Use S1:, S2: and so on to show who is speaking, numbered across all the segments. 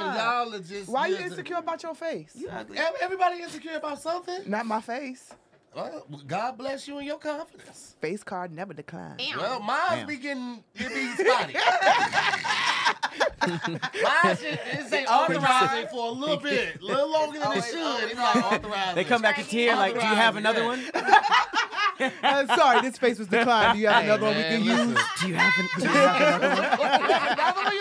S1: intelligence.
S2: Why you
S1: there's a-
S2: insecure about your face?
S3: You ugly.
S1: Ev- Everybody insecure about something.
S2: Not my face.
S1: Well, God bless you and your confidence.
S2: Face card never declined.
S3: Damn.
S1: Well, mine's
S4: Damn.
S1: be getting it be spotty. Mine shit, this ain't authorized for a little bit, a little longer than it
S2: Always-
S1: should. It's not authorized.
S4: They come back a tear like, do you have another one?
S2: Uh, sorry, this face was declined. Do you have
S1: Hey,
S2: another
S1: man,
S2: one we can
S1: listen.
S2: use?
S4: Do you have, an- do you have another one?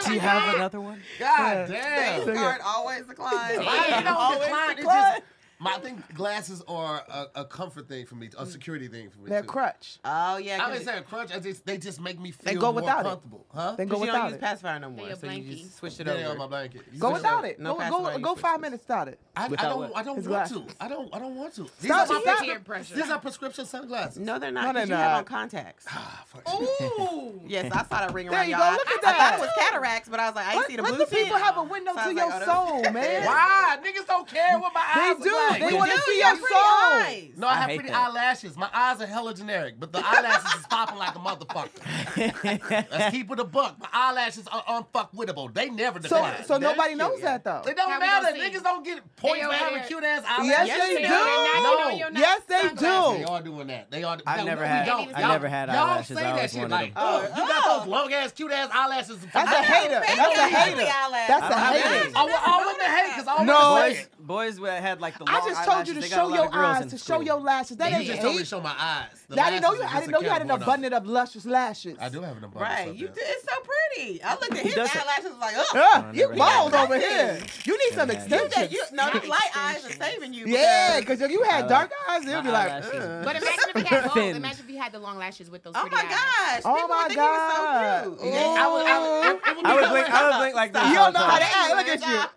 S4: Do you have another one?
S1: God damn.
S2: Yeah.
S3: Card always declined.
S1: Mine
S3: Damn.
S1: don't
S3: Always
S1: decline, it
S3: declined.
S1: just- my, I think glasses are a, a comfort thing for me, a security thing for me.
S2: They're
S1: too.
S2: crutch.
S3: Oh yeah.
S1: I
S3: 'cause
S1: wouldn't say a crutch. I just they just make me feel
S2: They go
S1: more
S2: without it.
S1: comfortable, huh?
S2: Then
S3: 'cause
S2: go
S3: you don't
S2: without
S3: use
S2: it.
S3: pacifier no
S5: They
S3: more,
S5: a
S3: so you
S5: blankie.
S3: just switch it
S1: They on my
S3: over.
S1: blanket. You
S2: Go
S1: switch
S2: without
S1: up.
S2: it.
S3: No
S2: Go,
S3: pass
S2: go,
S3: without
S2: go
S3: you.
S2: five minutes without it.
S1: I, I
S4: Without
S1: don't.
S4: what?
S1: I don't
S2: His
S1: want
S2: glasses.
S1: to. I don't. I don't want to. These
S2: Stop
S1: are my
S2: it.
S1: prescription-
S5: Peer pressure.
S1: These are prescription sunglasses.
S3: No, they're not.
S2: No,
S3: 'cause
S2: they're
S3: you have
S2: not.
S3: on contacts.
S1: Ah, fuck.
S5: Ooh.
S3: Yes, I saw that ring
S2: There
S3: around
S2: you
S3: y'all.
S2: go. Look at
S3: I thought
S2: that.
S3: it was cataracts, but I was like, I
S2: Let,
S3: see the
S2: let
S3: blue
S2: the
S3: tint.
S2: people have a window
S3: So I
S2: to
S3: was
S2: your
S3: like, oh,
S2: soul, man.
S1: Why? Niggas don't care what my
S2: They
S1: eyes
S2: do.
S1: look like.
S2: They
S3: We
S2: wanna
S3: do.
S2: see
S3: You
S2: your
S3: have pretty
S2: soul.
S3: eyes.
S1: No, I,
S4: I
S1: have
S4: hate
S1: pretty
S4: that.
S1: eyelashes. My eyes are hella generic, but the eyelashes is popping like a motherfucker. Let's keep it a buck. My eyelashes are unfuckwittable. They never
S2: So,
S1: decline.
S2: so
S1: They-
S2: nobody knows that though.
S1: It don't
S5: How we
S1: matter.
S5: gonna see?
S1: Niggas don't get points
S5: They
S1: for
S5: over
S1: having
S5: there.
S1: cute ass
S2: Yes,
S1: eyelashes.
S2: they
S5: Yes,
S2: do.
S5: They're knocking
S1: No.
S5: on your
S2: Yes, they
S5: sunglasses.
S2: do.
S1: They are doing that. They are.
S4: I've
S1: no,
S4: never
S1: no,
S4: had-
S1: we don't.
S5: I
S1: Y'all-
S4: never had
S1: y'all
S4: eyelashes.
S1: Say
S4: I
S1: that
S4: always
S1: shit
S4: wanted
S1: like,
S4: them.
S1: oh, you got those long ass, cute ass eyelashes.
S2: That's a hater. That's a
S3: Ugly
S2: hater.
S3: eyelashes.
S2: That's a
S4: I don't
S2: hater.
S1: I want all of the hate because I
S2: No.
S1: want
S4: Boys, boys that had like the long
S2: I just told you
S4: eyelashes,
S2: to
S4: they got a
S2: show
S4: lot of
S2: your
S4: girls in
S2: eyes, to show
S4: school.
S2: your lashes. That
S1: You
S2: ain't
S1: just told me to
S2: hate.
S1: show my eyes. The
S2: I didn't know
S1: lashes
S2: you.
S1: is
S2: I
S1: just
S2: didn't
S1: a
S2: know you had an
S1: camera on
S2: abundant of luscious lashes.
S1: I do have an abundance.
S3: Right.
S1: up
S3: You
S1: there.
S3: did. It's so pretty. I looked at his
S4: doesn't-
S3: eyelashes like, oh.
S2: Huh,
S4: I
S2: you
S4: never had
S2: bald
S4: that.
S2: over here. You need some
S4: Never had that.
S3: That
S2: extensions.
S3: you, no, these
S5: Not
S3: light eyes are
S5: extensions.
S3: saving you.
S2: Yeah,
S3: because-
S2: because if you had
S4: I
S2: dark eyes, it would be
S4: my
S2: like.
S4: eyelashes.
S2: "Ugh."
S5: But imagine if he had both.
S4: Thin.
S5: Imagine if he had the long lashes with those
S3: Oh
S5: pretty
S3: my
S5: eyes.
S3: gosh.
S2: Oh
S3: People
S2: my
S3: would think he was so
S2: God.
S3: cute.
S2: Yeah,
S3: Ooh.
S1: I would, I would, it would be
S4: I would
S1: like-
S4: blink. I would blink like this.
S2: You
S4: all
S2: don't know
S4: the
S2: how
S4: time.
S2: to act. Look at you.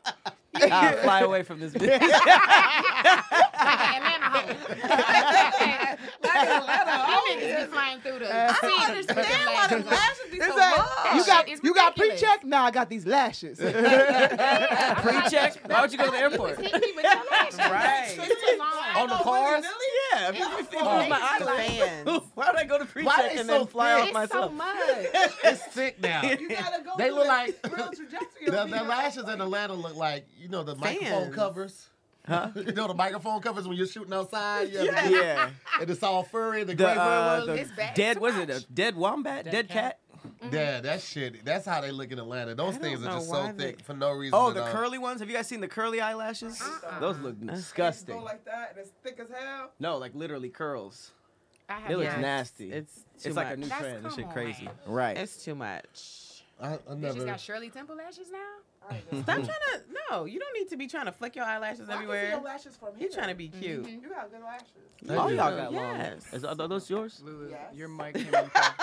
S4: Ah, fly away from this bitch.
S5: Like Atlanta hoes. Them niggas be flying through the
S2: I
S3: I don't
S5: cedars with them
S3: understand why the
S5: lashes.
S3: lashes be so
S2: It's
S3: long.
S2: like, you
S5: shit
S2: got
S5: is
S2: you got pre
S5: ridiculous.
S2: check. Nah, I got these lashes.
S4: Pre-check. Why would you go to the airport?
S5: Hit me with your lashes.
S3: Right.
S5: It's too long.
S1: on the cars.
S4: Yeah, if it- if it was my
S3: It's
S4: eyelash.
S3: fans.
S4: Why would I go to
S1: Why
S4: pre-check
S1: they
S4: and
S1: so
S4: then fly
S1: thick?
S4: off
S5: It's so
S4: myself?
S5: much.
S1: It's thick now. They look like the,
S3: trajectory
S1: the lashes in Atlanta look like you know the microphone
S3: Fans.
S1: covers. You know the microphone covers when you're shooting outside. You have the-
S4: yeah,
S1: and it's all furry. The,
S4: the,
S1: gray fur
S4: uh,
S1: ones.
S4: the
S5: It's bad.
S4: dead
S5: Too
S4: was it a
S5: much.
S4: dead wombat, dead, cat?
S1: Yeah, that shit. That's how they look in Atlanta. Those things
S3: Mm-hmm. know
S1: are just so
S3: why they-
S1: thick for no reason.
S4: Oh,
S1: at
S4: the
S1: all.
S4: curly ones. Have you guys seen the curly eyelashes? Those look disgusting.
S2: that, and it's thick as hell.
S4: no, like literally curls.
S5: I have
S4: It looks
S5: not.
S4: nasty.
S3: It's
S4: it's
S3: too
S4: like a
S3: much.
S4: new
S5: That's-
S4: trend. This
S5: come
S4: shit
S5: on,
S4: crazy.
S5: man.
S4: Right.
S3: It's too much.
S1: I, I
S5: Bitches
S1: never.
S5: got Shirley Temple lashes now.
S3: Stop trying to. No, you don't need to be trying to flick your eyelashes everywhere.
S2: lashes from
S3: You're trying to be cute. Oh,
S2: You got good lashes.
S1: They
S4: All
S1: do.
S4: y'all got long.
S3: Yes.
S4: Is, are those yours?
S6: Lulu,
S2: Yes.
S6: your mic came unplugged.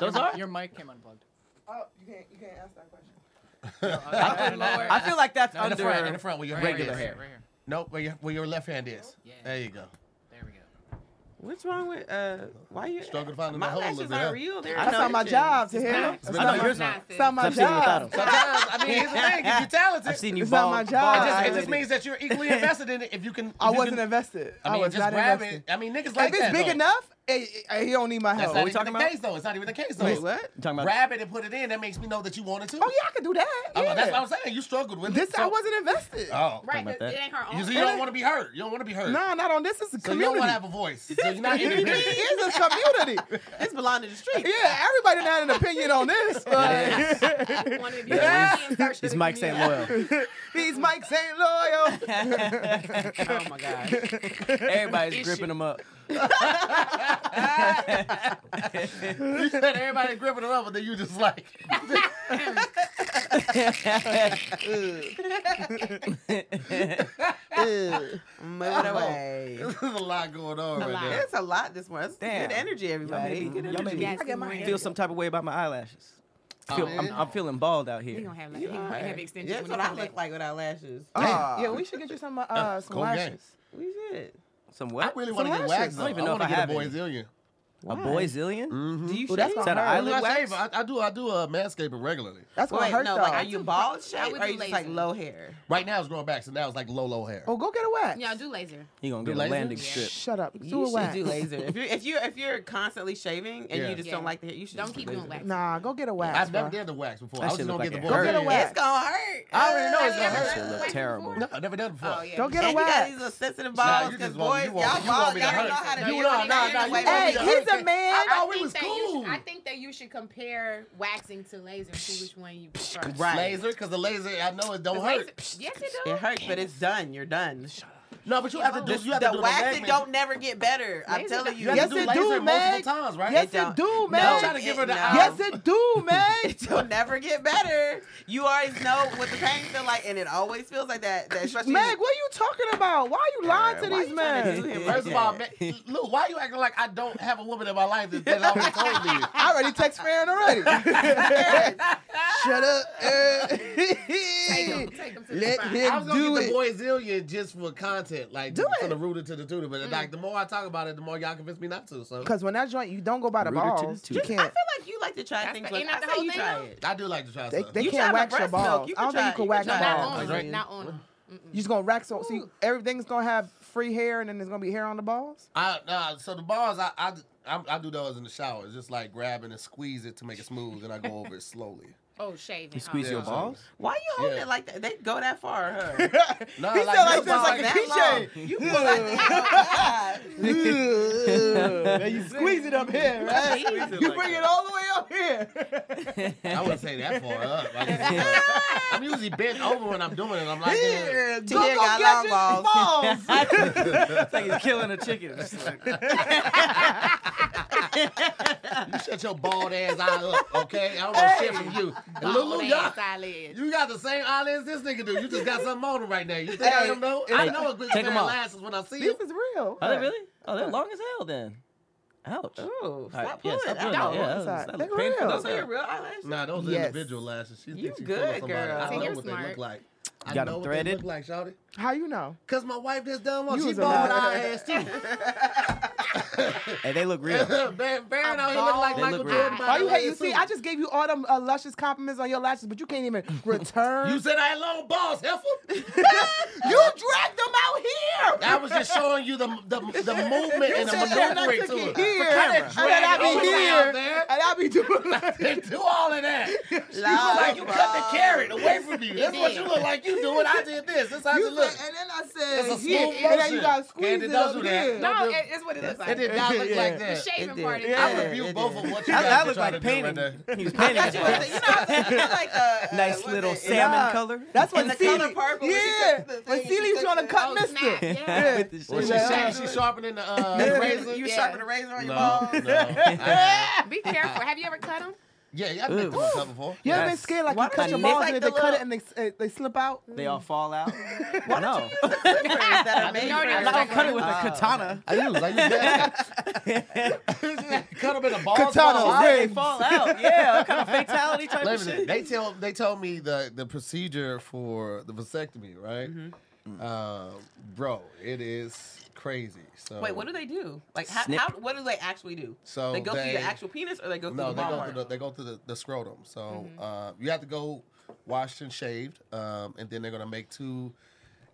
S4: Those are.
S6: Your mic came unplugged.
S2: Oh, you can't you can't ask that question.
S4: I,
S6: I-
S4: feel- I feel like that's
S6: No, in
S1: In
S4: under.
S1: the front, in the front, where your
S6: Right
S1: regular
S6: here,
S1: hair.
S6: Right here.
S1: Nope, where your, where your left hand is.
S3: Oh,
S6: Yeah.
S1: There you go.
S6: There we go.
S3: What's wrong with uh? Why you
S1: Struggle finding
S3: my
S1: the hole
S3: lashes
S1: in
S3: aren't
S1: there.
S3: real. They're
S2: That's not my
S3: artificial.
S2: job to hear.
S5: It's
S2: That's
S4: I
S2: not
S4: know
S2: my- it's
S4: yours aren't.
S5: Nonsense.
S2: not my
S4: I've seen you
S2: job.
S4: without them.
S1: Sometimes, I mean, here's the thing. If you're talented,
S4: I've seen you
S2: It's not
S4: bald.
S2: my
S4: bald
S1: it
S2: job.
S1: just, it
S4: eyelid.
S1: just means that you're equally invested in it. If you can, if
S2: I
S1: you
S2: wasn't
S1: Can,
S2: invested.
S1: I
S2: I
S1: mean,
S2: was
S1: just
S2: not
S1: grab
S2: invested.
S1: it. I mean, niggas like
S2: If
S1: that.
S2: it's big
S1: though.
S2: enough, eh, eh, he don't need my
S1: that's
S2: help.
S1: not
S4: we
S1: even
S4: talking
S1: the
S4: about?
S1: case though. It's not even the case though.
S4: Wait, what? You talking about-
S1: Grab it and put it in. That makes me know that you wanted to.
S2: Oh yeah, I could do that.
S1: Oh,
S2: Yeah.
S1: that's what I'm saying. You struggled with
S2: This
S1: it.
S2: I wasn't invested.
S1: Oh,
S5: Right,
S4: about
S5: 'cause
S4: that.
S5: it ain't her
S1: You,
S5: own.
S1: so you don't want to be heard. You don't want to be heard.
S2: No, not on this. It's a
S1: so you don't
S2: community.
S1: want to have a voice. So you're not
S2: it
S1: independent.
S2: is a community.
S3: This belong to the street.
S2: Yeah, everybody done had an opinion on this. Like,
S5: want to be
S4: Yeah,
S5: free and search for
S4: These
S5: the
S4: mics ain't
S5: community.
S4: loyal.
S2: These mics ain't loyal.
S3: Oh my god.
S4: Everybody's gripping them up.
S1: You said everybody gripping it up, and then you just like.
S3: Move it away.
S1: There's a lot going on
S5: A
S1: right
S5: lot.
S1: now.
S3: It's a lot this morning. It's
S4: Damn.
S3: Good energy, everybody.
S4: Y'all made me-
S3: Good
S4: y'all
S3: energy.
S4: made me-
S2: I got my
S5: Yes,
S4: feel some type of way about my eyelashes. I feel,
S1: Oh,
S4: I'm,
S1: yeah.
S4: I'm feeling bald out
S5: We
S4: here.
S5: gonna have like we gonna have extensions.
S3: That's
S5: when
S3: what
S5: you
S3: I
S5: come
S3: look
S5: back.
S3: like without lashes.
S2: Aw, yeah, we should get you some uh, some
S1: cool game.
S2: lashes.
S3: We should.
S4: Some
S1: I
S4: what?
S1: really want to get waxed.
S2: lashes.
S4: I don't even
S1: though.
S4: know if
S1: wanna
S4: I
S1: get
S4: have
S1: a
S4: any.
S1: boyzillion.
S4: A boy
S1: Mm.
S4: zillion?
S3: Do you
S2: Ooh, that's
S3: shave?
S4: Is that an eyelid
S1: Mm-hmm. I, shave.
S4: wax?
S1: I, I do. I do uh, manscaping regularly.
S2: That's gonna
S3: Wait,
S2: hurt
S3: no,
S2: though.
S3: like are you
S5: do
S3: bald
S5: pro- I
S3: shape
S5: would
S3: or are
S5: do
S3: you just like
S5: laser.
S3: low hair?
S1: Right now it's growing back, so now it's like low, low hair.
S2: oh, go get a wax.
S5: Yeah, I do laser.
S4: You gonna get a
S1: laser?
S4: landing
S1: Yeah.
S4: strip.
S2: Shut up.
S3: You
S2: do a
S3: should
S2: wax.
S3: do laser. if you're if you if you're constantly shaving and
S1: Yeah.
S3: you just
S5: Yeah.
S3: don't like the hair, you should
S5: Don't
S3: just
S5: keep
S3: do
S5: doing
S3: laser.
S5: wax.
S2: Nah, go get a wax.
S1: I've never
S2: bruh.
S1: did the wax before.
S4: That
S1: I was
S4: shit
S1: just gonna
S4: look
S1: get the
S4: like it
S1: boy.
S2: hurt. Go get a
S1: zillion.
S2: wax.
S3: It's gonna hurt.
S1: I already know
S2: always gonna hurt.
S5: ever done
S4: Shit look
S5: waxing
S4: terrible.
S5: before?
S1: No, I never done it before.
S5: Oh, yeah.
S2: Don't get
S3: And
S2: a
S3: you got
S2: wax.
S3: these little sensitive
S1: Nah,
S3: balls
S1: you
S3: because
S1: just want- you
S3: boys, y'all
S1: want- you
S3: balls,
S1: want
S3: y'all
S1: me
S3: don't
S1: to
S3: know
S1: hurt.
S3: how to
S1: You
S3: do it.
S1: know, nah,
S3: Y'all
S1: nah, you
S3: know way
S1: want
S3: more
S1: me
S2: Hey,
S1: to
S3: than-
S2: he's a
S5: hurt.
S2: man.
S5: I
S1: Oh, we
S5: think
S1: was
S5: that you should-
S1: cool.
S5: I think that you should compare waxing to laser and see which one you prefer.
S4: Right.
S1: Laser, because the laser, I know it don't
S5: The
S1: hurt.
S5: laser- Yes, it does.
S3: It hurts, but it's done. You're done.
S1: No, but you have to do.
S3: This-
S1: You have to
S3: the
S1: do
S3: wax it
S1: leg
S3: don't never get better. I'm
S5: Laser
S3: telling
S5: don't-
S1: You
S3: you.
S1: have
S2: Yes,
S1: to do
S2: it
S1: laser
S2: do,
S1: multiple
S2: man.
S1: times, right?
S2: Yes,
S3: don't.
S2: it do,
S1: No,
S2: man.
S1: try to give her the
S3: No.
S1: eye.
S2: Yes, it do, man.
S3: It'll never get better. You always know what the pain feel like, and it always feels like that. That stress.
S2: Meg, what are you talking about? Why are you lying to
S3: Why
S2: these
S3: you trying to do
S2: men?
S3: him
S1: First
S3: like
S1: of all,
S3: that?
S1: man, Lou, why you acting like I don't have a woman in my life that, that always told me?
S2: I already text Farron already. Shut up.
S5: Take 'em-
S2: Uh,
S5: take 'em to the
S2: Let
S5: spot.
S1: I
S2: him
S1: was gonna
S2: do
S1: get the
S2: it.
S1: boy zillion just for content, like
S2: Do
S1: from
S2: it. Mm.
S1: the rooter to the tutor. But like, the more I talk about it, the more y'all convince me not to. So
S2: Because when that joint, you don't go by the
S4: Rooted to the
S2: balls.
S4: tooth.
S2: You
S3: I feel
S2: can't.
S3: like you like to try
S5: That's
S3: things.
S5: the-
S3: Like,
S5: ain't that
S3: I
S5: the
S3: say
S5: whole
S3: you
S5: thing,
S3: try
S5: though?
S3: it.
S1: I do like to try
S2: They,
S1: stuff.
S2: they
S3: You
S2: can't
S3: try my
S2: wax your
S3: breast milk.
S2: balls.
S3: You
S2: I
S3: can
S2: don't think you
S3: try-
S2: can
S3: you
S2: wax
S3: can
S2: your
S3: try
S5: Not
S2: balls.
S5: on
S1: That's
S5: them.
S1: right.
S5: Not on them.
S2: You're just gonna rack so see everything's gonna have free hair and then there's gonna be hair on the balls.
S1: I uh, so the balls I, I I I do those in the shower. It's just like grabbing and squeeze it to make it smooth, and I go over it slowly.
S5: Oh, shaving.
S4: You squeeze your
S1: Yeah.
S4: balls?
S3: Why you holding
S1: Yeah.
S3: it like that? They go that far, huh?
S1: No, like,
S2: He said
S1: this
S2: like this,
S1: ball-
S2: like a
S3: that
S2: cliche.
S3: long. You pull like that.
S2: Now you squeeze it up here, right?
S3: Squeeze it
S2: You
S3: like
S2: bring
S3: that.
S2: it all the way up here.
S1: I wouldn't say that far up. I just- I'm usually bent over when I'm doing it. I'm like, yeah.
S2: Yeah,
S3: Tia
S2: go, go
S3: got
S2: get
S3: long
S2: your balls.
S4: It's like he's killing a chicken. It's like-
S1: you shut your bald ass eye up, okay? I don't want shit from you. And Lulu, y'all, you got the same eyelids this nigga do. You just got something on him right now. You think I don't know? I
S4: Hey,
S1: know a good
S4: take
S1: pair
S4: 'em
S1: of
S4: off.
S1: lashes when I see you.
S2: This is real.
S4: Are they really? Oh, they're long as hell then. Ouch. All
S3: Ooh, stop
S4: right,
S3: pulling.
S4: yeah, stop
S3: I
S4: doing that.
S3: don't.
S4: Yeah, that was-
S2: It's all right.
S4: that
S2: They're
S4: looked painful.
S2: real.
S4: That's
S3: Those are your real eyelashes.
S1: Nah, those are
S2: Yes.
S1: individual lashes. She
S3: You
S1: thinks she's
S3: good,
S1: good, somebody.
S3: girl.
S1: I
S5: See,
S1: know
S5: you're
S1: what they
S5: smart.
S1: look like. I
S4: Got
S1: know
S4: 'em
S1: what they
S4: threaded?
S1: look like, shawty.
S2: How you know?
S1: Cause my wife just done one.
S2: You
S1: She
S2: was a
S1: bald
S2: liar.
S1: eye ass too.
S4: Hey, they look real.
S1: Baron Baron out here look like
S4: They
S1: Michael
S4: look
S1: Jordan.
S4: real.
S1: by
S2: Why you
S1: the
S2: hate? You
S1: way,
S2: see,
S1: too.
S2: I just gave you all them uh, luscious compliments on your lashes, but you can't even return.
S1: You said I had long balls, heifer.
S3: You dragged them out here.
S1: I was just showing you the the, the movement and the
S2: said that
S1: maneuvering
S2: I
S1: to
S2: took
S1: it.
S2: it here.
S1: Kind
S2: I
S1: of
S2: said I be here.
S1: there.
S2: and I be doing
S1: They do all of that. You look
S3: Long
S1: like you cut
S3: balls.
S1: the carrot away from me. That's what
S5: did.
S1: you look like you doing. I did this. This how
S2: You
S1: you
S2: said-
S1: look.
S2: and then I said,
S1: It's a
S2: yeah,
S1: smooth
S2: and then you
S1: motion.
S2: gotta squeeze
S1: Candy,
S2: it
S1: don't
S2: up
S1: do that.
S2: here.
S5: No, it, it's what it looks
S1: It
S5: like.
S1: did not look
S2: Yeah.
S1: like
S5: The
S1: that.
S5: shaving
S3: did.
S5: part is
S2: Yeah.
S1: I
S5: different.
S1: rebuke
S2: it
S1: both
S2: did.
S1: of what you
S4: That, that
S1: guys are
S4: looked
S1: trying to
S4: like
S1: do right
S4: painting.
S1: there.
S4: He was
S3: I
S4: painting.
S3: thought you was, you know, I was thinking like a a-
S4: nice
S3: what's
S4: little
S3: it?
S4: salmon
S2: Yeah.
S4: color.
S2: That's when
S3: And the
S2: Celie-
S3: color purple when she
S2: Yeah,
S3: took the
S2: when
S3: thing, she
S2: Celie was
S3: took
S2: trying to
S3: the-
S2: cut
S5: oh,
S2: Mister.
S5: snap, yeah.
S2: Yeah.
S4: With the
S1: When she,
S4: shit.
S2: Yeah.
S1: sha- she sharpening the uh, razor.
S3: You
S5: Yeah.
S3: sharpen the razor on your
S1: No,
S3: balls.
S1: no. Uh,
S5: Be careful. Have you ever cut them?
S1: yeah, y'all been
S4: Ooh.
S1: through myself before.
S2: You ever been
S4: Yes.
S2: scared like
S3: Why
S2: you cut
S3: don't
S2: your
S3: you-
S2: balls
S3: It's
S2: and
S3: like
S2: they
S3: the
S2: cut it
S3: little-
S2: and they uh, they slip out?
S4: They all fall out. no.
S3: Clippers that are made
S5: No,
S3: for
S5: they're
S4: I don't
S5: not.
S3: everything.
S4: cut it with a katana.
S1: I use, I use that. Cut them in the balls.
S2: Katana,
S1: balls.
S2: wait.
S4: They fall out. Yeah, what kind of fatality type
S1: Wait
S4: of
S1: a minute.
S4: shit.
S1: They tell they told me the the procedure for the vasectomy, right? Uh, bro, it is crazy. So
S3: Wait, what do they do? Like, how,
S4: Snip.
S3: how, what do they actually do?
S1: So
S3: they go through
S1: they-
S3: your actual penis, or they go through
S1: No,
S3: the Mm-hmm.
S1: they
S3: ball
S1: go
S3: part?
S1: through the, they go through the, the scrotum. So uh, you have to go washed and shaved, um, and then they're gonna make two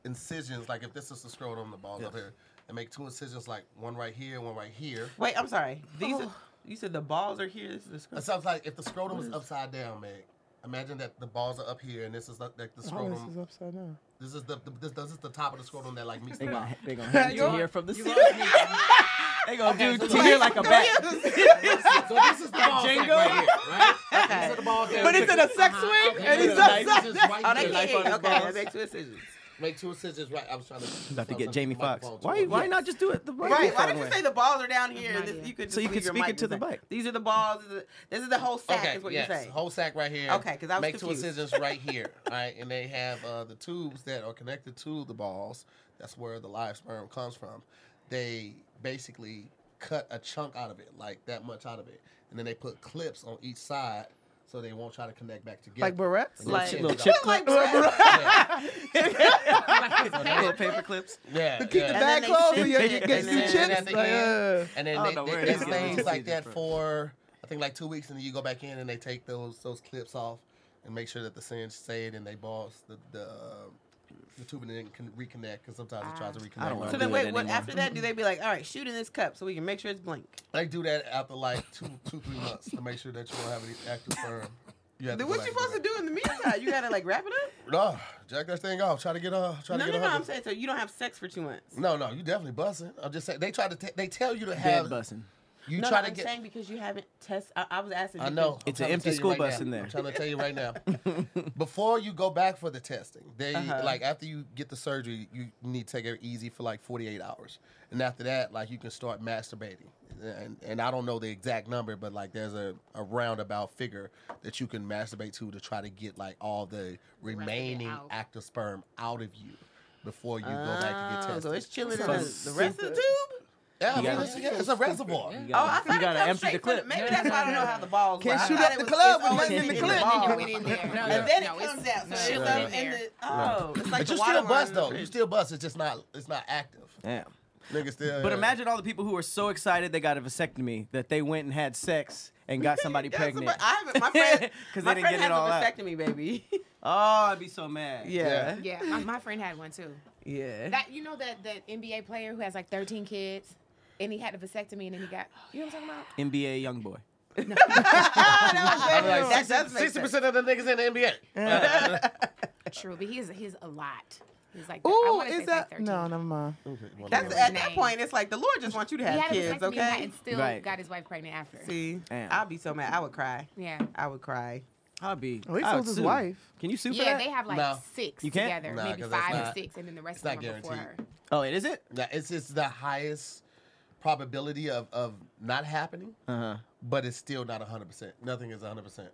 S1: incisions. Like if this is the scrotum, the ball's up here, and make two incisions, like one right here, one right here.
S3: Wait, I'm sorry. These are, you said the balls are here. This is the
S1: It
S3: scrotum.
S1: sounds like if the scrotum is upside down, Meg. Imagine that the balls are up here, and this is like like the
S2: Oh, this
S1: scrotum.
S2: is upside down.
S1: This is the, the this, this is the top of the scrotum that like meets the
S4: They
S1: bottom.
S4: gonna, they gonna hang
S3: You're-
S4: to here from the ceiling. they gonna do to here like a bat.
S1: So this is the ball sack
S4: Django?
S1: right here, right? This is the ball sack.
S2: But it's in a sex
S5: Uh-huh,
S2: swing
S1: Okay,
S2: and
S1: look
S2: he's
S1: at the
S2: upside
S1: incisions
S2: down.
S1: right
S3: Oh,
S1: here.
S3: they
S1: Like,
S3: can.
S1: fuck the
S3: Okay,
S1: balls.
S3: they make two incisions.
S1: Make two incisions right. I was trying to.
S4: About to get Jamie Foxx.
S1: Microphone
S4: Why?
S1: too.
S4: Why not just do it the right?
S3: Right? Why
S4: fucking
S3: did you
S4: way?
S3: say the balls are down here?
S5: No
S3: and this,
S5: idea.
S3: you could just
S4: So you
S3: leave
S4: could
S3: your
S4: speak
S3: mic
S4: it to
S3: and
S4: the
S3: say,
S4: mic.
S3: These are the balls. This is, this is the whole sack.
S1: Okay,
S3: is what
S1: yes.
S3: you're saying.
S1: Whole sack right here.
S3: Okay, 'cause I was
S1: Make
S3: confused.
S1: two incisions right here, right? And they have uh, the tubes that are connected to the balls. That's where the live sperm comes from. They basically cut a chunk out of it, like that much out of it. And then they put clips on each side so they won't try to connect back together.
S2: Like barrettes?
S1: Yeah.
S3: Like,
S1: Little
S4: little chip
S3: like,
S4: clips,
S3: and
S1: yeah.
S4: little paper clips.
S1: yeah,
S2: Keep the
S1: yeah.
S2: bag
S3: they
S2: closed
S3: sit
S2: and you
S3: there
S2: get
S3: and
S2: two
S1: then at
S2: chips.
S1: the
S2: Like, uh,
S1: And
S4: I
S1: then
S4: don't
S1: they,
S4: know
S1: they,
S4: where
S1: they
S4: it is.
S1: stay
S4: It's
S1: like that
S4: different.
S1: for I think like two weeks, and then you go back in and they take those those clips off and make sure that the singe stayed and they balls the the uh, the tubing didn't con- reconnect because sometimes it tries to reconnect.
S4: Ah. I don't wanna
S1: but
S3: So then,
S4: do it
S3: wait. What
S4: anymore.
S3: after that? Do they be like, all right, shoot in this cup so we can make sure it's blank?
S1: They do that after like two two three months to make sure that you don't have any active sperm You have
S3: Then
S1: go
S3: what
S1: back
S3: you
S1: and
S3: supposed to do in the meantime? You gotta like wrap it up.
S1: No, jack that thing off. Try to get a. Try
S3: no,
S1: to get
S3: no, no.
S1: a
S3: I'm
S1: hundred.
S3: saying so you don't have sex for two months.
S1: No, no, you definitely bussing. I'm just saying they try to. T- they tell you to
S4: Bad
S1: have.
S4: bussing.
S1: You
S3: no,
S1: try
S3: no,
S1: to
S3: I'm
S1: get.
S3: saying because you haven't test. I, I was asking.
S1: I
S3: because-
S1: know.
S4: It's
S1: I'm trying
S4: an
S1: to
S4: empty
S1: tell you
S4: school
S1: right
S4: bus
S1: now.
S4: in there.
S1: I'm trying to tell you right now. Before you go back for the testing, they
S3: Uh-huh.
S1: like after you get the surgery, you need to take it easy for like 48 hours, and after that, like you can start masturbating. And, and I don't know the exact number, but like there's a, a roundabout figure that you can masturbate to to try to get like all the remaining
S5: out.
S1: active sperm out of you before you go back to get
S3: Oh,
S1: tested.
S3: so it's chilling in
S4: Fuck.
S3: the, the rest of the tube.
S1: yeah, I mean,
S4: gotta-
S1: it's, yeah, it's a reservoir.
S4: You
S3: Oh, I
S4: gotta,
S3: thought
S4: you gotta
S3: it
S4: empty the
S3: straight
S4: clip.
S3: From, maybe that's why I don't know how the balls.
S2: Can't
S3: were. I
S2: shoot up
S3: thought it
S2: the
S3: was-
S2: club
S3: it's
S2: with
S3: always
S2: nothing in the
S3: in
S2: clip.
S3: ball.
S5: You went in there. No,
S3: And then it
S5: no, it's-
S3: comes out. So
S5: no,
S3: it's
S5: it's
S3: up
S5: in
S3: in
S5: there.
S3: the. Oh, it's like
S1: but
S3: the
S1: you
S3: water
S1: still bust
S3: line.
S1: though. You still bust. It's just not. It's not active.
S4: Damn.
S1: Nigga still.
S4: But imagine all the people who were so excited they got a vasectomy that they went and had sex and got somebody
S3: That's
S4: pregnant.
S3: about- I haven't. My friend,
S4: 'Cause
S3: my
S4: they didn't
S3: friend
S4: get it
S3: has a
S4: all out.
S3: vasectomy, baby.
S4: Oh, I'd be so mad.
S3: yeah. yeah,
S5: Yeah, my, my friend had one too.
S3: yeah.
S5: That you know that that NBA player who has like 13 kids, and he had a vasectomy, and then he got you know what I'm talking about.
S4: NBA young boy.
S3: That,
S1: like,
S3: Oh, that does make
S1: Sixty
S3: sense.
S1: percent of the niggas in the NBA.
S5: True, but he's he's a lot. He's like I
S2: Ooh,
S5: wanna say
S2: is
S5: it's like
S2: that?
S5: 13.
S2: no, never mind.
S3: That's at that point. It's like the Lord just wants you to
S5: He
S3: have
S5: had a
S3: kids,
S5: vasectomy and
S3: okay?
S5: had- still
S4: Right.
S5: got his wife pregnant after.
S3: See,
S4: Damn.
S3: I'd be so mad. I would cry.
S5: Yeah.
S3: I would cry.
S4: I'd be.
S2: At least
S4: I
S2: it was
S4: would
S2: Oh, his
S4: sue.
S2: wife.
S4: Can you sue for
S5: Yeah,
S4: that?
S5: they have like
S1: No.
S5: six
S4: You can't?
S5: together,
S1: Nah,
S5: maybe
S1: 'cause that's
S5: five or
S1: not-
S5: six, and then the rest
S1: it's
S5: of them
S1: not
S5: are before her.
S1: guaranteed.
S4: oh, it is it?
S1: Nah, it's it's the highest probability of of not happening,
S4: Uh huh.
S1: but it's still not hundred percent. Nothing is hundred percent.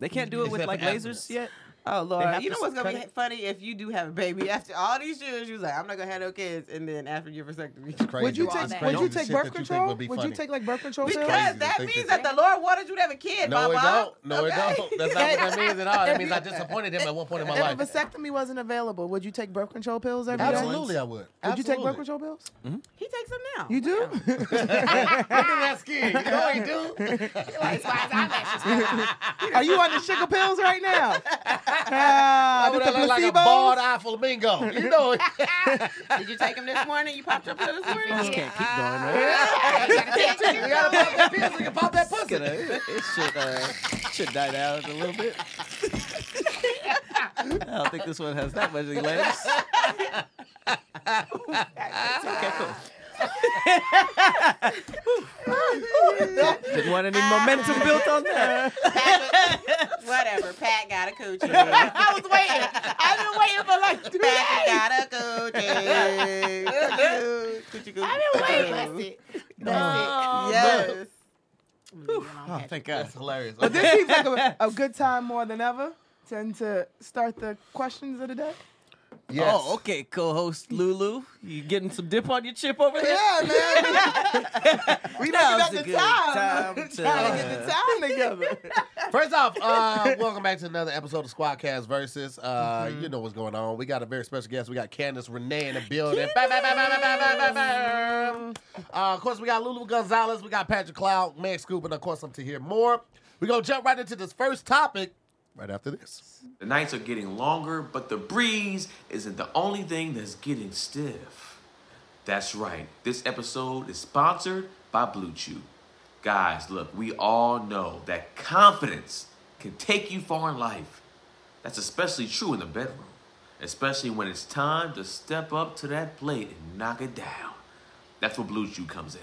S4: They can't do it with
S1: Except
S4: like
S1: for
S4: lasers
S1: abstinence.
S4: yet.
S3: Oh
S4: have
S3: Lord, you
S4: to
S3: know what's gonna be
S4: cut it?
S3: funny if you do have a baby after all these years? You was like, I'm not gonna have no kids, and then after your vasectomy,
S1: Crazy.
S2: Would you
S5: all
S2: take?
S5: that.
S2: Would
S5: Don't
S2: you
S1: The
S2: take
S1: shit that
S2: birth
S1: think
S2: control?
S1: would be funny.
S2: you take like birth control
S3: because
S2: pills?
S1: Crazy to
S3: that
S1: think
S3: means
S1: that-
S3: that the Lord wanted you to have a kid.
S1: No, it
S3: Baba.
S1: don't. No,
S3: Okay.
S1: it don't. That's not what that means at all. That means I disappointed him at one point in my
S2: If a
S1: life.
S2: vasectomy wasn't available, would you take birth control pills every day?
S1: Absolutely, I would.
S2: Would you take
S1: Absolutely.
S2: birth control pills?
S3: He takes them now.
S2: You do?
S1: Look at that skin. You know what you do?
S5: That's why his eyelashes fell out.
S2: Are you on the sugar pills right now?
S1: I
S2: Ah,
S1: would
S2: with
S1: look
S2: the
S1: like a
S2: placebos?
S1: bald eye flamingo. You know it.
S3: Did you take them this morning? You popped your pill this morning?
S4: Just can't keep going, right?
S5: You gotta take the
S1: You
S5: sugar
S1: gotta pop that pill so you can pop that
S4: It's
S1: pussy.
S4: gonna, it should uh, should die down a little bit. I don't think this one has that much legs. okay, cool. Didn't want any momentum built on that.
S3: Whatever. Pat got a coochie. I was waiting. I've been waiting for like three Pat got a coochie. coochie, coochie.
S5: I've been waiting. That's it. That's
S3: Yes.
S5: it. Leave me alone,
S4: Oh,
S5: Patrick.
S4: thank God.
S1: That's hilarious.
S2: But this seems like a, a good time more than ever to, to start the questions of the day.
S1: Yes.
S4: Oh, okay, co-host Lulu, you getting some dip on your chip over there?
S2: Yeah, man. we
S4: Now's
S2: got
S4: a
S2: the
S4: good
S2: time.
S4: time to-
S2: Trying to get the time together.
S1: First off, uh, welcome back to another episode of Squadcast Versus. Uh, You know what's going on. We got a very special guest. We got Candace Renee in the building. Bam, bam, bam, bam, bam, bam, bam, bam, bam. Uh, of course, we got Lulu Gonzalez. We got Patrick Cloud, Meg Scoop, and of course, I'm to hear more. We're going to jump right into this first topic right after this.
S7: The nights are getting longer, but the breeze isn't the only thing that's getting stiff. That's right, this episode is sponsored by Blue Chew. Guys, look, we all know that confidence can take you far in life. That's especially true in the bedroom, especially when it's time to step up to that plate and knock it down. That's where Blue Chew comes in.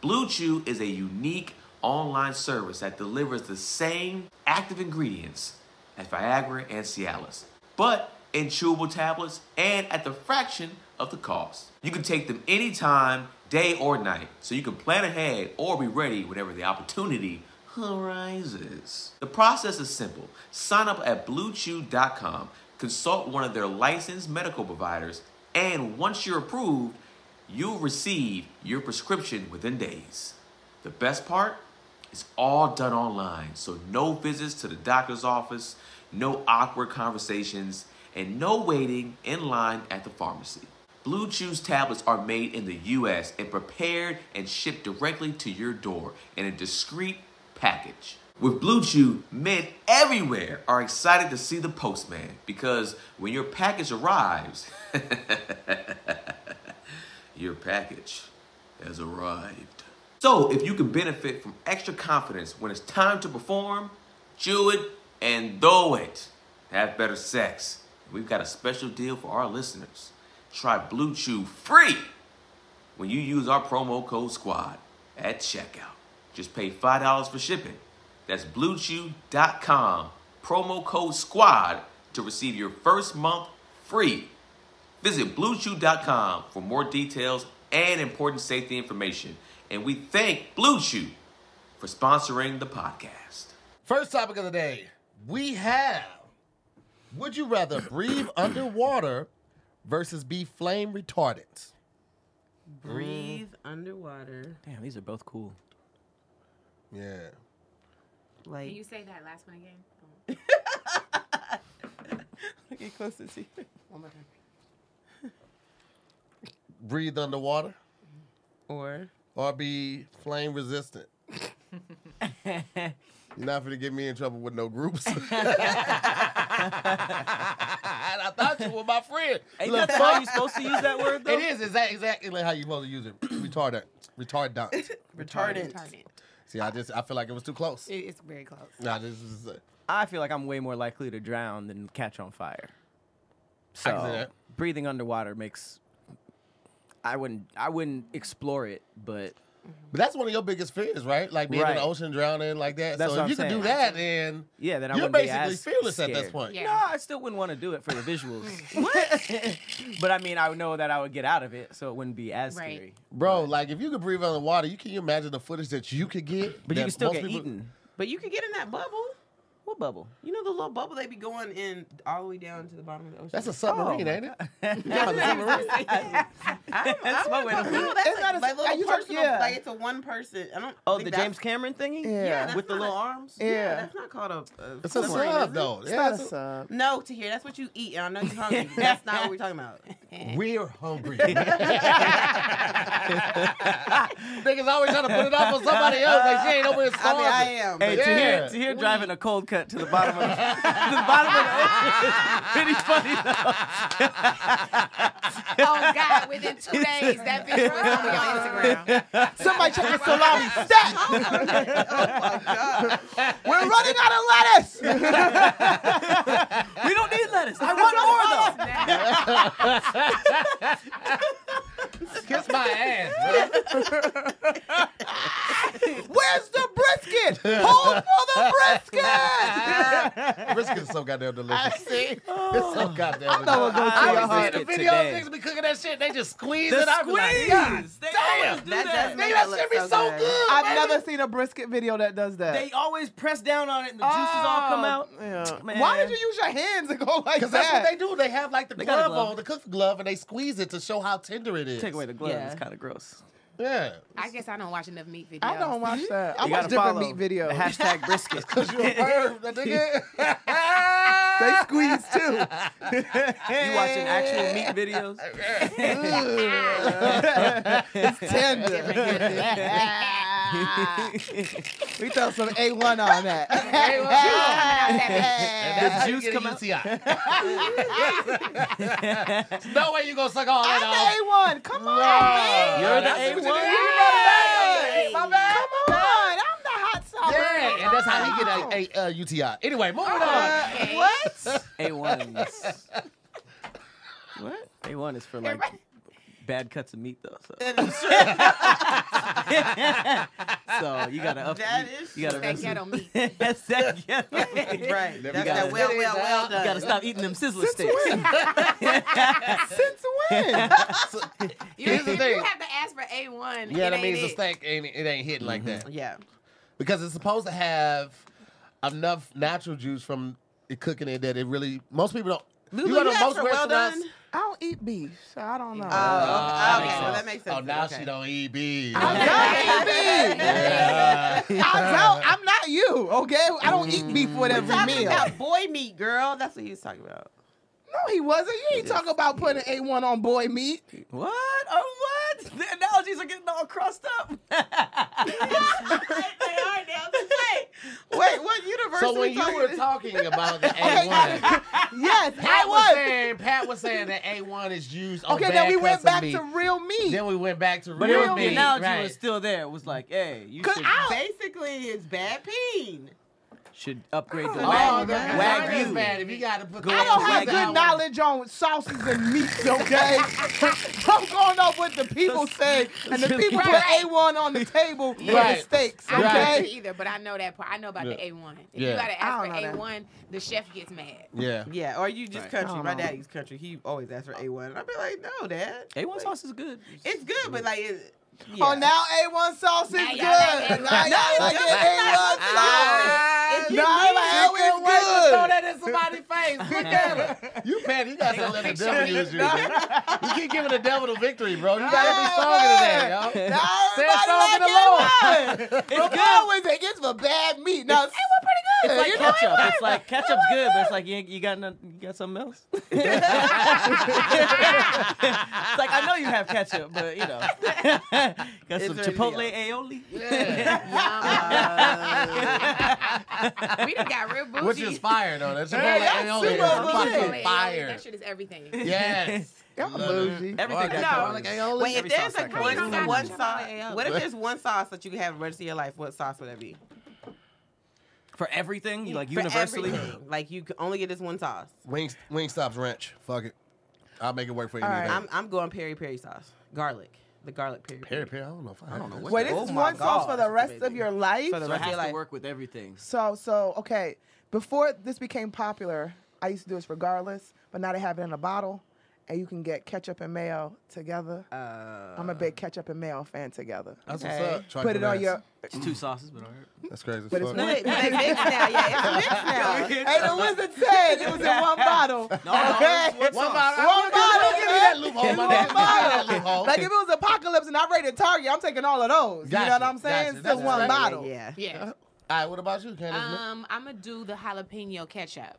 S7: Blue Chew is a unique online service that delivers the same active ingredients as Viagra and Cialis, but in chewable tablets and at the fraction of the cost. You can take them anytime, day or night, so you can plan ahead or be ready whenever the opportunity arises. The process is simple. Sign up at bluechew.com, consult one of their licensed medical providers, and once you're approved, you'll receive your prescription within days. The best part? It's all done online, so no visits to the doctor's office, no awkward conversations, and no waiting in line at the pharmacy. Blue Chew's tablets are made in the US and prepared and shipped directly to your door in a discreet package. With Blue Chew, men everywhere are excited to see the postman because when your package arrives, your package has arrived. So, if you can benefit from extra confidence when it's time to perform, chew it, and throw it. Have better sex. We've got a special deal for our listeners. Try Blue Chew free when you use our promo code SQUAD at checkout. Just pay $5 for shipping. That's bluechew.com, promo code SQUAD to receive your first month free. Visit bluechew.com for more details and important safety information. And we thank Blue Chew for sponsoring the podcast.
S1: First topic of the day, we have Would you rather breathe underwater versus be flame retardant?
S3: Breathe underwater.
S4: Damn, these are both cool.
S1: Yeah.
S3: Like
S5: you say that last one again?
S2: Get closer to you.
S5: One more time.
S1: Breathe underwater
S3: or
S1: or be flame resistant. You're not gonna get me in trouble with no groups. and I thought you were my friend.
S4: Ain't
S1: Look,
S4: that how you supposed to use that word though?
S1: It is exact, exactly like how you're supposed to use it. Retardant. Retardant.
S3: retardant.
S5: Retardant.
S1: See, I just I feel like it was too close.
S3: It- It's very close.
S1: Nah, this is. uh,
S4: I feel like I'm way more likely to drown than catch on fire.
S1: I
S4: So
S1: can see that.
S4: breathing underwater makes. I wouldn't. I wouldn't explore it, but
S1: But that's one of your biggest fears, right? Like being in
S4: Right.
S1: the ocean, drowning like that.
S4: That's
S1: so
S4: what
S1: if
S4: I'm
S1: you can
S4: saying.
S1: do that, then
S4: yeah, then I
S1: you're
S4: wouldn't be
S1: basically
S4: as
S1: fearless at this
S4: scared.
S1: point.
S5: Yeah.
S4: No, I still wouldn't want to do it for the visuals. what? but I mean, I would know that I would get out of it, so it wouldn't be as
S5: Right.
S4: scary.
S1: Bro, like if you could breathe underwater, you can you imagine the footage that you could get?
S4: But you
S1: that
S4: can still
S1: most
S4: get
S1: people-
S4: eaten.
S3: But you can get in that bubble.
S4: What bubble?
S3: You know the little bubble they be going in all the way down to the bottom of the ocean.
S1: That's a submarine,
S4: Oh.
S1: ain't it? You got a submarine?
S4: That's my way to put
S3: No,
S4: it.
S3: that's
S2: It's
S3: like,
S2: not a-
S3: like
S2: are
S3: little
S2: you talking-
S3: personal.
S2: yeah.
S3: Like it's a one person. I don't.
S4: Oh,
S3: think
S4: the
S3: that's-
S4: James Cameron thingy
S2: Yeah.
S3: Yeah, that's
S4: with the
S3: not
S4: little
S3: a-
S4: arms.
S3: Yeah,
S2: Yeah.
S3: that's not called a. a
S1: It's a
S3: submarine,
S1: sub
S3: is it?
S1: though.
S2: It's
S1: Yeah,
S2: not a
S1: it's a-
S2: sub.
S3: No, to hear that's what you eat, and I know you're hungry. that's not what we're talking about.
S1: We're hungry. Niggas always trying to put it off on somebody else. Like she ain't over here
S3: I mean, I
S1: starving.
S3: am.
S4: Hey,
S3: but-
S4: to
S1: Yeah.
S4: hear to hear driving a cold cut to the bottom of the, to the bottom of the ocean. Pretty funny though.
S5: Oh God! Within two days, that bitch was on your Instagram.
S2: Somebody check the salami. Stat!
S3: oh my god.
S2: We're running out of lettuce.
S4: We don't need lettuce. I want more though.
S1: Kiss my ass. bro.
S2: Where's the brisket? Hold for the brisket.
S1: Brisket is so goddamn delicious. I see. It's so goddamn delicious.
S2: I would go to your
S1: I
S2: house.
S1: be seeing the
S4: Brisket
S1: videos.
S4: today.
S1: Niggas be cooking that shit. They just squeeze
S4: The
S1: it out. Like, God,
S4: squeeze. They always do
S3: That
S4: that.
S3: does
S1: nigga,
S3: make
S1: that
S3: it look
S1: shit be
S3: so
S1: so
S3: good.
S1: good.
S2: I've
S1: baby.
S2: never seen a brisket video that does that. Oh,
S4: They always press down on it and the juices all come out.
S2: Yeah.
S4: Man.
S2: Why did you use your hands and go like that?
S1: Because that's what they do. They have like the
S4: got a
S1: glove,
S4: glove.
S1: on, the cook glove, and they squeeze it to show how tender it is.
S4: Take away the gloves.
S3: Yeah.
S4: It's kind of gross.
S1: Yeah.
S5: I guess I don't watch enough meat videos.
S2: I don't watch that. I
S4: You
S2: watch
S4: gotta
S2: different
S4: follow
S2: meat
S4: the
S2: videos.
S4: Hashtag brisket.
S1: Because you're a perv, the nigga.
S2: They squeeze too.
S4: You watching actual meat videos?
S5: Ah.
S2: We throw some A1 on that.
S1: And that's how you
S4: juice
S1: get a
S4: come out.
S1: UTI. There's no way you gonna suck all that off.
S2: I'm the A1. Come on, man.
S4: You're the
S1: That's what you
S4: A1.
S1: did.
S4: You
S2: You know the bag.
S1: My bad.
S2: Come on. I'm the hot sauce.
S1: Yeah, and that's how you get a, a, uh UTI. Anyway, moving on.
S2: What?
S4: A1s. what? A1 is for like bad cuts of meat though. So, so you gotta up.
S3: That
S4: you,
S3: is
S4: you gotta
S5: That ghetto meat.
S4: That's that ghetto meat.
S3: Right.
S1: You
S3: That's
S4: gotta-
S3: that well, well, well
S4: You
S3: done.
S4: gotta stop eating them sizzler sticks.
S2: Since when?
S5: You,
S1: Here's the
S5: if
S1: thing.
S5: you have to ask for A one.
S1: Yeah,
S5: it
S1: that
S5: ain't
S1: means the
S5: it.
S1: steak ain't it ain't hitting like
S4: Mm-hmm.
S1: that
S3: Yeah.
S1: because it's supposed to have enough natural juice from it cooking it that it really most people don't.
S3: Lulu,
S1: go to
S3: you asked for well
S1: restaurants-
S3: done?
S2: I don't eat beef, so I don't know.
S3: Oh,
S1: Ah,
S3: okay.
S1: makes
S3: Well,
S1: sense.
S3: that makes sense.
S1: Oh, now
S3: okay.
S1: she don't eat Uh, beef.
S2: I don't eat beef.
S1: Yeah.
S2: I don't. I'm not you, okay? I don't eat beef with every
S3: Talking
S2: meal.
S3: about boy meat, girl. That's what he was talking about.
S2: No, he wasn't. You ain't talking about putting A1 on boy meat.
S4: What? Oh, what? The analogies are getting all crossed up.
S2: Wait, what universe
S1: So when you were talking about the A1,
S2: Yes,
S1: Pat was Oh,
S2: I was.
S1: saying Pat was saying that A1 is used on
S2: Okay,
S1: bad
S2: then we
S1: cuts
S2: went
S1: of
S2: back
S1: meat.
S2: to real meat.
S1: Then we went back to
S4: But it
S1: real
S4: was, the
S1: meat,
S4: analogy
S1: right.
S3: oh.
S4: was still there. It was like, hey, you
S2: Cause
S4: should.
S2: I-
S3: Basically, it's bad peen.
S4: should upgrade to
S1: Oh,
S4: Wag-
S1: that- that is bad
S4: Wagyu.
S1: if you got to put
S4: Go
S2: I don't
S4: on
S2: have
S4: Wagyu.
S2: good knowledge on sauces and meats, okay? I'm going off what the people say, and the people put
S5: Right.
S2: A1 on the table for the
S1: Right.
S2: steaks,
S5: I don't
S2: okay?
S5: do either, but I know that part. I know about the
S1: Yeah.
S5: A1. If
S1: Yeah.
S5: you gotta
S2: I
S5: ask
S2: don't
S5: for
S2: know that.
S5: A1, the chef gets mad.
S1: Yeah.
S3: Yeah, or you just
S4: Right.
S3: country.
S2: Oh,
S3: My
S2: no.
S3: daddy's country. He always asks for A1. And I'd be like, no, dad.
S4: A1 sauce is good.
S3: It's good, but like, it, yeah.
S2: Oh, now A1 sauce is
S5: Now
S2: good.
S5: y'all like
S2: Now y'all
S5: it. No,
S2: like
S3: it's
S2: it,
S3: good.
S2: A1 sauce.
S3: If you
S2: Now I
S3: need it,
S2: like
S3: it's good.
S2: A1
S3: Throw
S2: sauce.
S3: that in somebody's face. Look at him.
S1: You man, you gotta let the devil use you. man. You keep giving the devil the victory, bro. You
S2: Yeah,
S5: Oh.
S1: gotta be stronger than that, stronger
S2: Everybody
S1: than
S2: like A1.
S4: It's
S2: But
S4: good.
S2: I always think it's for bad meat. Now,
S4: It's like
S2: you know
S4: ketchup. It's like ketchup's good, but it's like you, you got nothing, you got something else. it's like I know you have ketchup, but you know, got
S3: Is
S4: some
S3: there anything
S4: chipotle
S2: uh,
S4: aioli.
S1: yo.
S5: we done got real bougie.
S1: Which is fire though. That's
S2: Hey, that's
S1: Chipotle aioli.
S2: super
S1: is
S2: good.
S1: Fucking
S5: That
S1: fire.
S5: shit is everything.
S1: Yes.
S2: Y'all
S1: Love it.
S2: bougie.
S4: Everything
S1: Oh, I
S4: got
S1: got
S3: no.
S1: garlic aioli.
S3: Wait, if
S4: Every
S3: there's
S4: sauce
S3: like
S4: I
S3: one,
S5: got.
S3: one
S5: Mm.
S3: sauce, what if
S1: Good.
S3: there's one sauce that you can have the rest of your life? What sauce would that be?
S4: for everything, like
S3: For
S4: universally.
S3: everything. like you can only get this one sauce.
S1: Wing Wingstop's ranch. Fuck it. I'll make it work for you.
S2: All right.
S1: any day.
S3: I'm I'm going peri peri sauce, garlic, the garlic peri
S1: Perry Perry.
S3: peri
S1: I don't know if I,
S4: don't know what
S2: Wait, this
S4: Oh
S2: is
S4: my
S2: one sauce
S4: God.
S2: for the rest of your life?
S3: for the
S4: So it
S3: rest of
S4: has
S3: your
S4: to
S3: life.
S4: work with everything.
S2: So so okay. Before this became popular, I used to do this regardless, but now they have it in a bottle, and you can get ketchup and mayo together.
S1: Uh.
S2: I'm a big ketchup and mayo fan together.
S1: That's
S3: Okay.
S1: what's up. Try
S2: Put
S1: to
S2: it
S1: do
S2: on
S1: that.
S2: your.
S4: It's two sauces, but all right.
S1: That's crazy. as
S2: But it's
S1: fuck.
S3: No,
S2: one-
S3: they, they mix now. Yeah, it's mixed now.
S2: Hey, the wizard said it was in one bottle. okay,
S4: it's
S1: One
S4: one sauce.
S1: bottle.
S2: One bottle,
S1: Give
S2: give
S1: me
S2: me
S1: that loophole. my
S2: It's one
S1: man. Give me that
S2: bottle.
S1: loophole.
S2: like if it was apocalypse and I rated Target, I'm taking all of those. You
S1: Gotcha,
S2: know what I'm saying?
S1: gotcha.
S2: It's
S1: That's
S2: Just one
S1: right.
S2: bottle.
S3: Yeah.
S5: Yeah.
S1: All right, what about you, Candace?
S5: Um, I'm gonna do the jalapeno ketchup.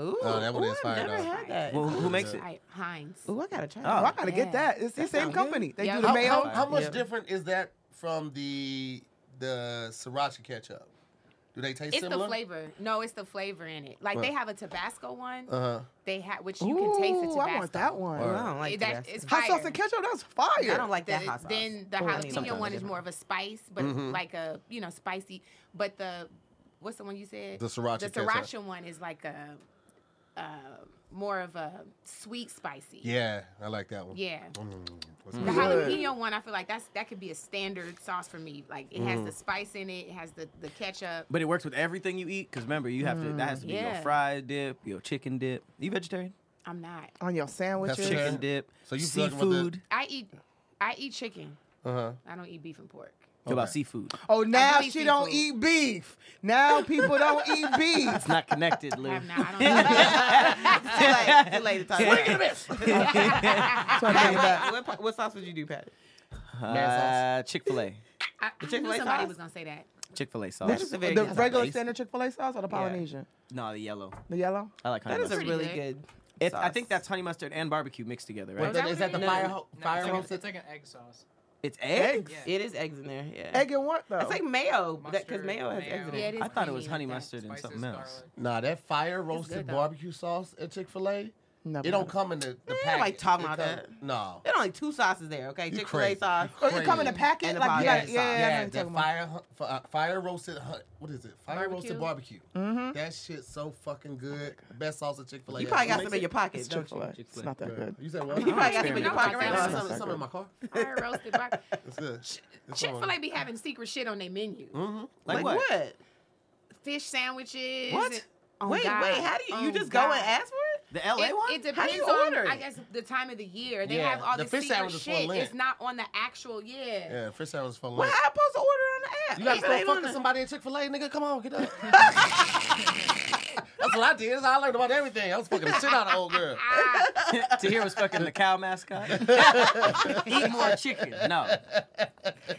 S3: Ooh,
S1: Oh, that one
S3: ooh,
S1: is
S3: I've
S1: fire,
S3: never
S1: though.
S3: had that.
S4: Well, who makes it?
S5: Right, Heinz.
S3: Ooh, I gotta try
S2: Oh, I
S4: Oh.
S3: that.
S2: gotta
S5: Yeah.
S2: get that. It's the
S3: That
S2: same
S3: sounds
S2: company. They
S5: Yeah.
S2: do
S1: How,
S2: the
S1: how-
S2: mayo.
S1: how much
S4: Yeah.
S1: different is that from the the sriracha ketchup? Do they taste
S5: It's
S1: similar?
S5: the flavor. No, it's the flavor in it. Like they
S1: What?
S5: have a Tabasco one.
S1: Uh huh.
S5: They have which you can taste the
S2: Ooh,
S5: Tabasco.
S2: I want that one.
S1: Or-
S3: I don't like
S5: It-
S3: that.
S5: that is
S2: Hot sauce
S5: fire.
S2: and ketchup. That's fire.
S3: I don't like that
S5: The-
S3: hot sauce.
S5: Then the
S3: I need
S5: jalapeno
S3: something
S5: one is
S3: different.
S5: more of a spice, but like a you know spicy. But the what's the one you said?
S1: The sriracha
S5: The
S1: ketchup.
S5: sriracha one is like a uh, more of a sweet spicy.
S1: Yeah, I like that one.
S5: Yeah.
S1: Mm, what's
S5: The
S1: that?
S5: jalapeno one, I feel like that's that could be a standard sauce for me. Like it has the spice in it, it has the the ketchup.
S4: But it works with everything you eat, because remember, you have to. That has to be
S2: Mm,
S5: Yeah.
S4: your fried dip, your chicken dip. you vegetarian?
S5: I'm not.
S2: on your sandwiches.
S1: That's
S4: Chicken
S1: Yeah.
S4: dip.
S1: So you fucking with the-
S4: seafood.
S5: I eat I eat chicken.
S1: Uh-huh.
S5: I don't eat beef and pork.
S4: What about
S1: Okay.
S4: seafood?
S2: Oh, now
S5: don't
S2: she
S5: eat
S2: don't
S5: seafood.
S2: eat beef. Now people don't eat beef.
S4: It's not connected, Lou.
S5: I have not. I don't
S3: too late.
S5: eat
S3: Too late to talk about it. Pat,
S2: back.
S3: Pat, what, what sauce would you do, Pat?
S4: Uh, Chick Fil A.
S5: I, I knew
S3: Chick-fil-A
S5: somebody
S3: sauce?
S5: was gonna say that.
S4: Chick Fil A sauce.
S3: That's just a very
S2: The
S3: good sauce.
S2: regular
S4: Nice.
S2: standard Chick Fil A sauce or the Polynesian,
S4: No, the yellow.
S2: the yellow.
S4: I like honey
S3: That is a
S4: mustard.
S5: pretty
S3: really
S5: good.
S3: good.
S4: It's, I
S3: sauce.
S4: think that's honey mustard and barbecue mixed together,
S1: Wait,
S4: right?
S5: that
S1: then, is that
S5: what it
S1: the
S5: is?
S1: fire ho-
S6: No,
S1: fire
S6: it's, like,
S1: roasted?
S6: a- it's like an egg sauce.
S4: It's eggs.
S2: Eggs.
S6: Yeah.
S3: It is eggs in there. Yeah.
S2: Egg and what though?
S3: It's like mayo, because
S6: Mustard,
S3: mayo has eggs in
S5: Yeah,
S3: it.
S5: it is
S4: I thought it was
S5: creamy
S4: honey
S5: like that.
S4: mustard and
S6: Spices,
S4: something else.
S6: garlic.
S1: Nah, that fire roasted
S5: good, though.
S1: barbecue sauce at Chick Fil A.
S2: Never
S1: It don't
S2: mind.
S1: come in the, the
S3: Man, I
S1: packet.
S3: don't like talking
S1: It
S3: about
S1: come-
S3: that.
S1: No.
S3: There are only two sauces there, okay?
S1: You
S3: Chick fil A
S1: crazy.
S3: sauce.
S1: You
S2: Oh, it come in a
S1: crazy.
S2: packet.
S3: And the
S2: like, you
S3: Polynesian
S2: got,
S3: sauce.
S2: yeah, yeah,
S1: yeah,
S2: yeah,
S1: that fire, hu- fu- uh, fire roasted, hu- what is it? Fire roasted barbecue.
S2: Mm-hmm.
S1: That shit so fucking good. Best sauce at Chick Fil A.
S3: You probably got some in your pocket,
S2: It's
S3: don't
S2: Chick
S3: you?
S2: Fil A. It's
S4: Chick-fil-A.
S2: not that good.
S1: You said what?
S3: You probably got some in your
S5: Experiment.
S3: pocket.
S5: Right.
S1: Some-
S3: right?
S5: It's
S1: some, some in my car.
S5: Fire roasted bar-
S1: It's good. Mm-hmm. It's
S5: Chick Fil
S1: on.
S5: A be having secret shit on their menu.
S1: Mm.
S4: Like,
S3: Like
S4: what?
S3: what?
S5: Fish sandwiches.
S4: What?
S5: Oh,
S3: Wait, wait,
S5: God.
S3: how do you, you
S5: Oh,
S3: just go
S5: God.
S3: and ask for it?
S4: The LA
S5: It,
S4: one?
S5: it
S3: How do
S5: depends
S3: you
S5: on,
S3: order
S5: I
S3: it?
S5: guess, the time of the year. They
S1: Yeah,
S5: have all
S1: the
S5: this
S1: fish
S5: secret
S1: sandwich is for
S5: shit.
S1: Lent.
S5: It's not on the actual year.
S1: Yeah, fish sandwich for
S3: Well,
S1: lunch.
S3: how am I supposed to order on the app?
S1: You gotta
S3: It
S1: start
S3: ain't on
S1: fucking
S3: the-
S1: somebody at Chick Fil A, nigga. Come on, get up. That's what I did. That's how I learned about everything. I was fucking the shit out of old girl.
S4: to hear was fucking the cow mascot. Eat more chicken. No.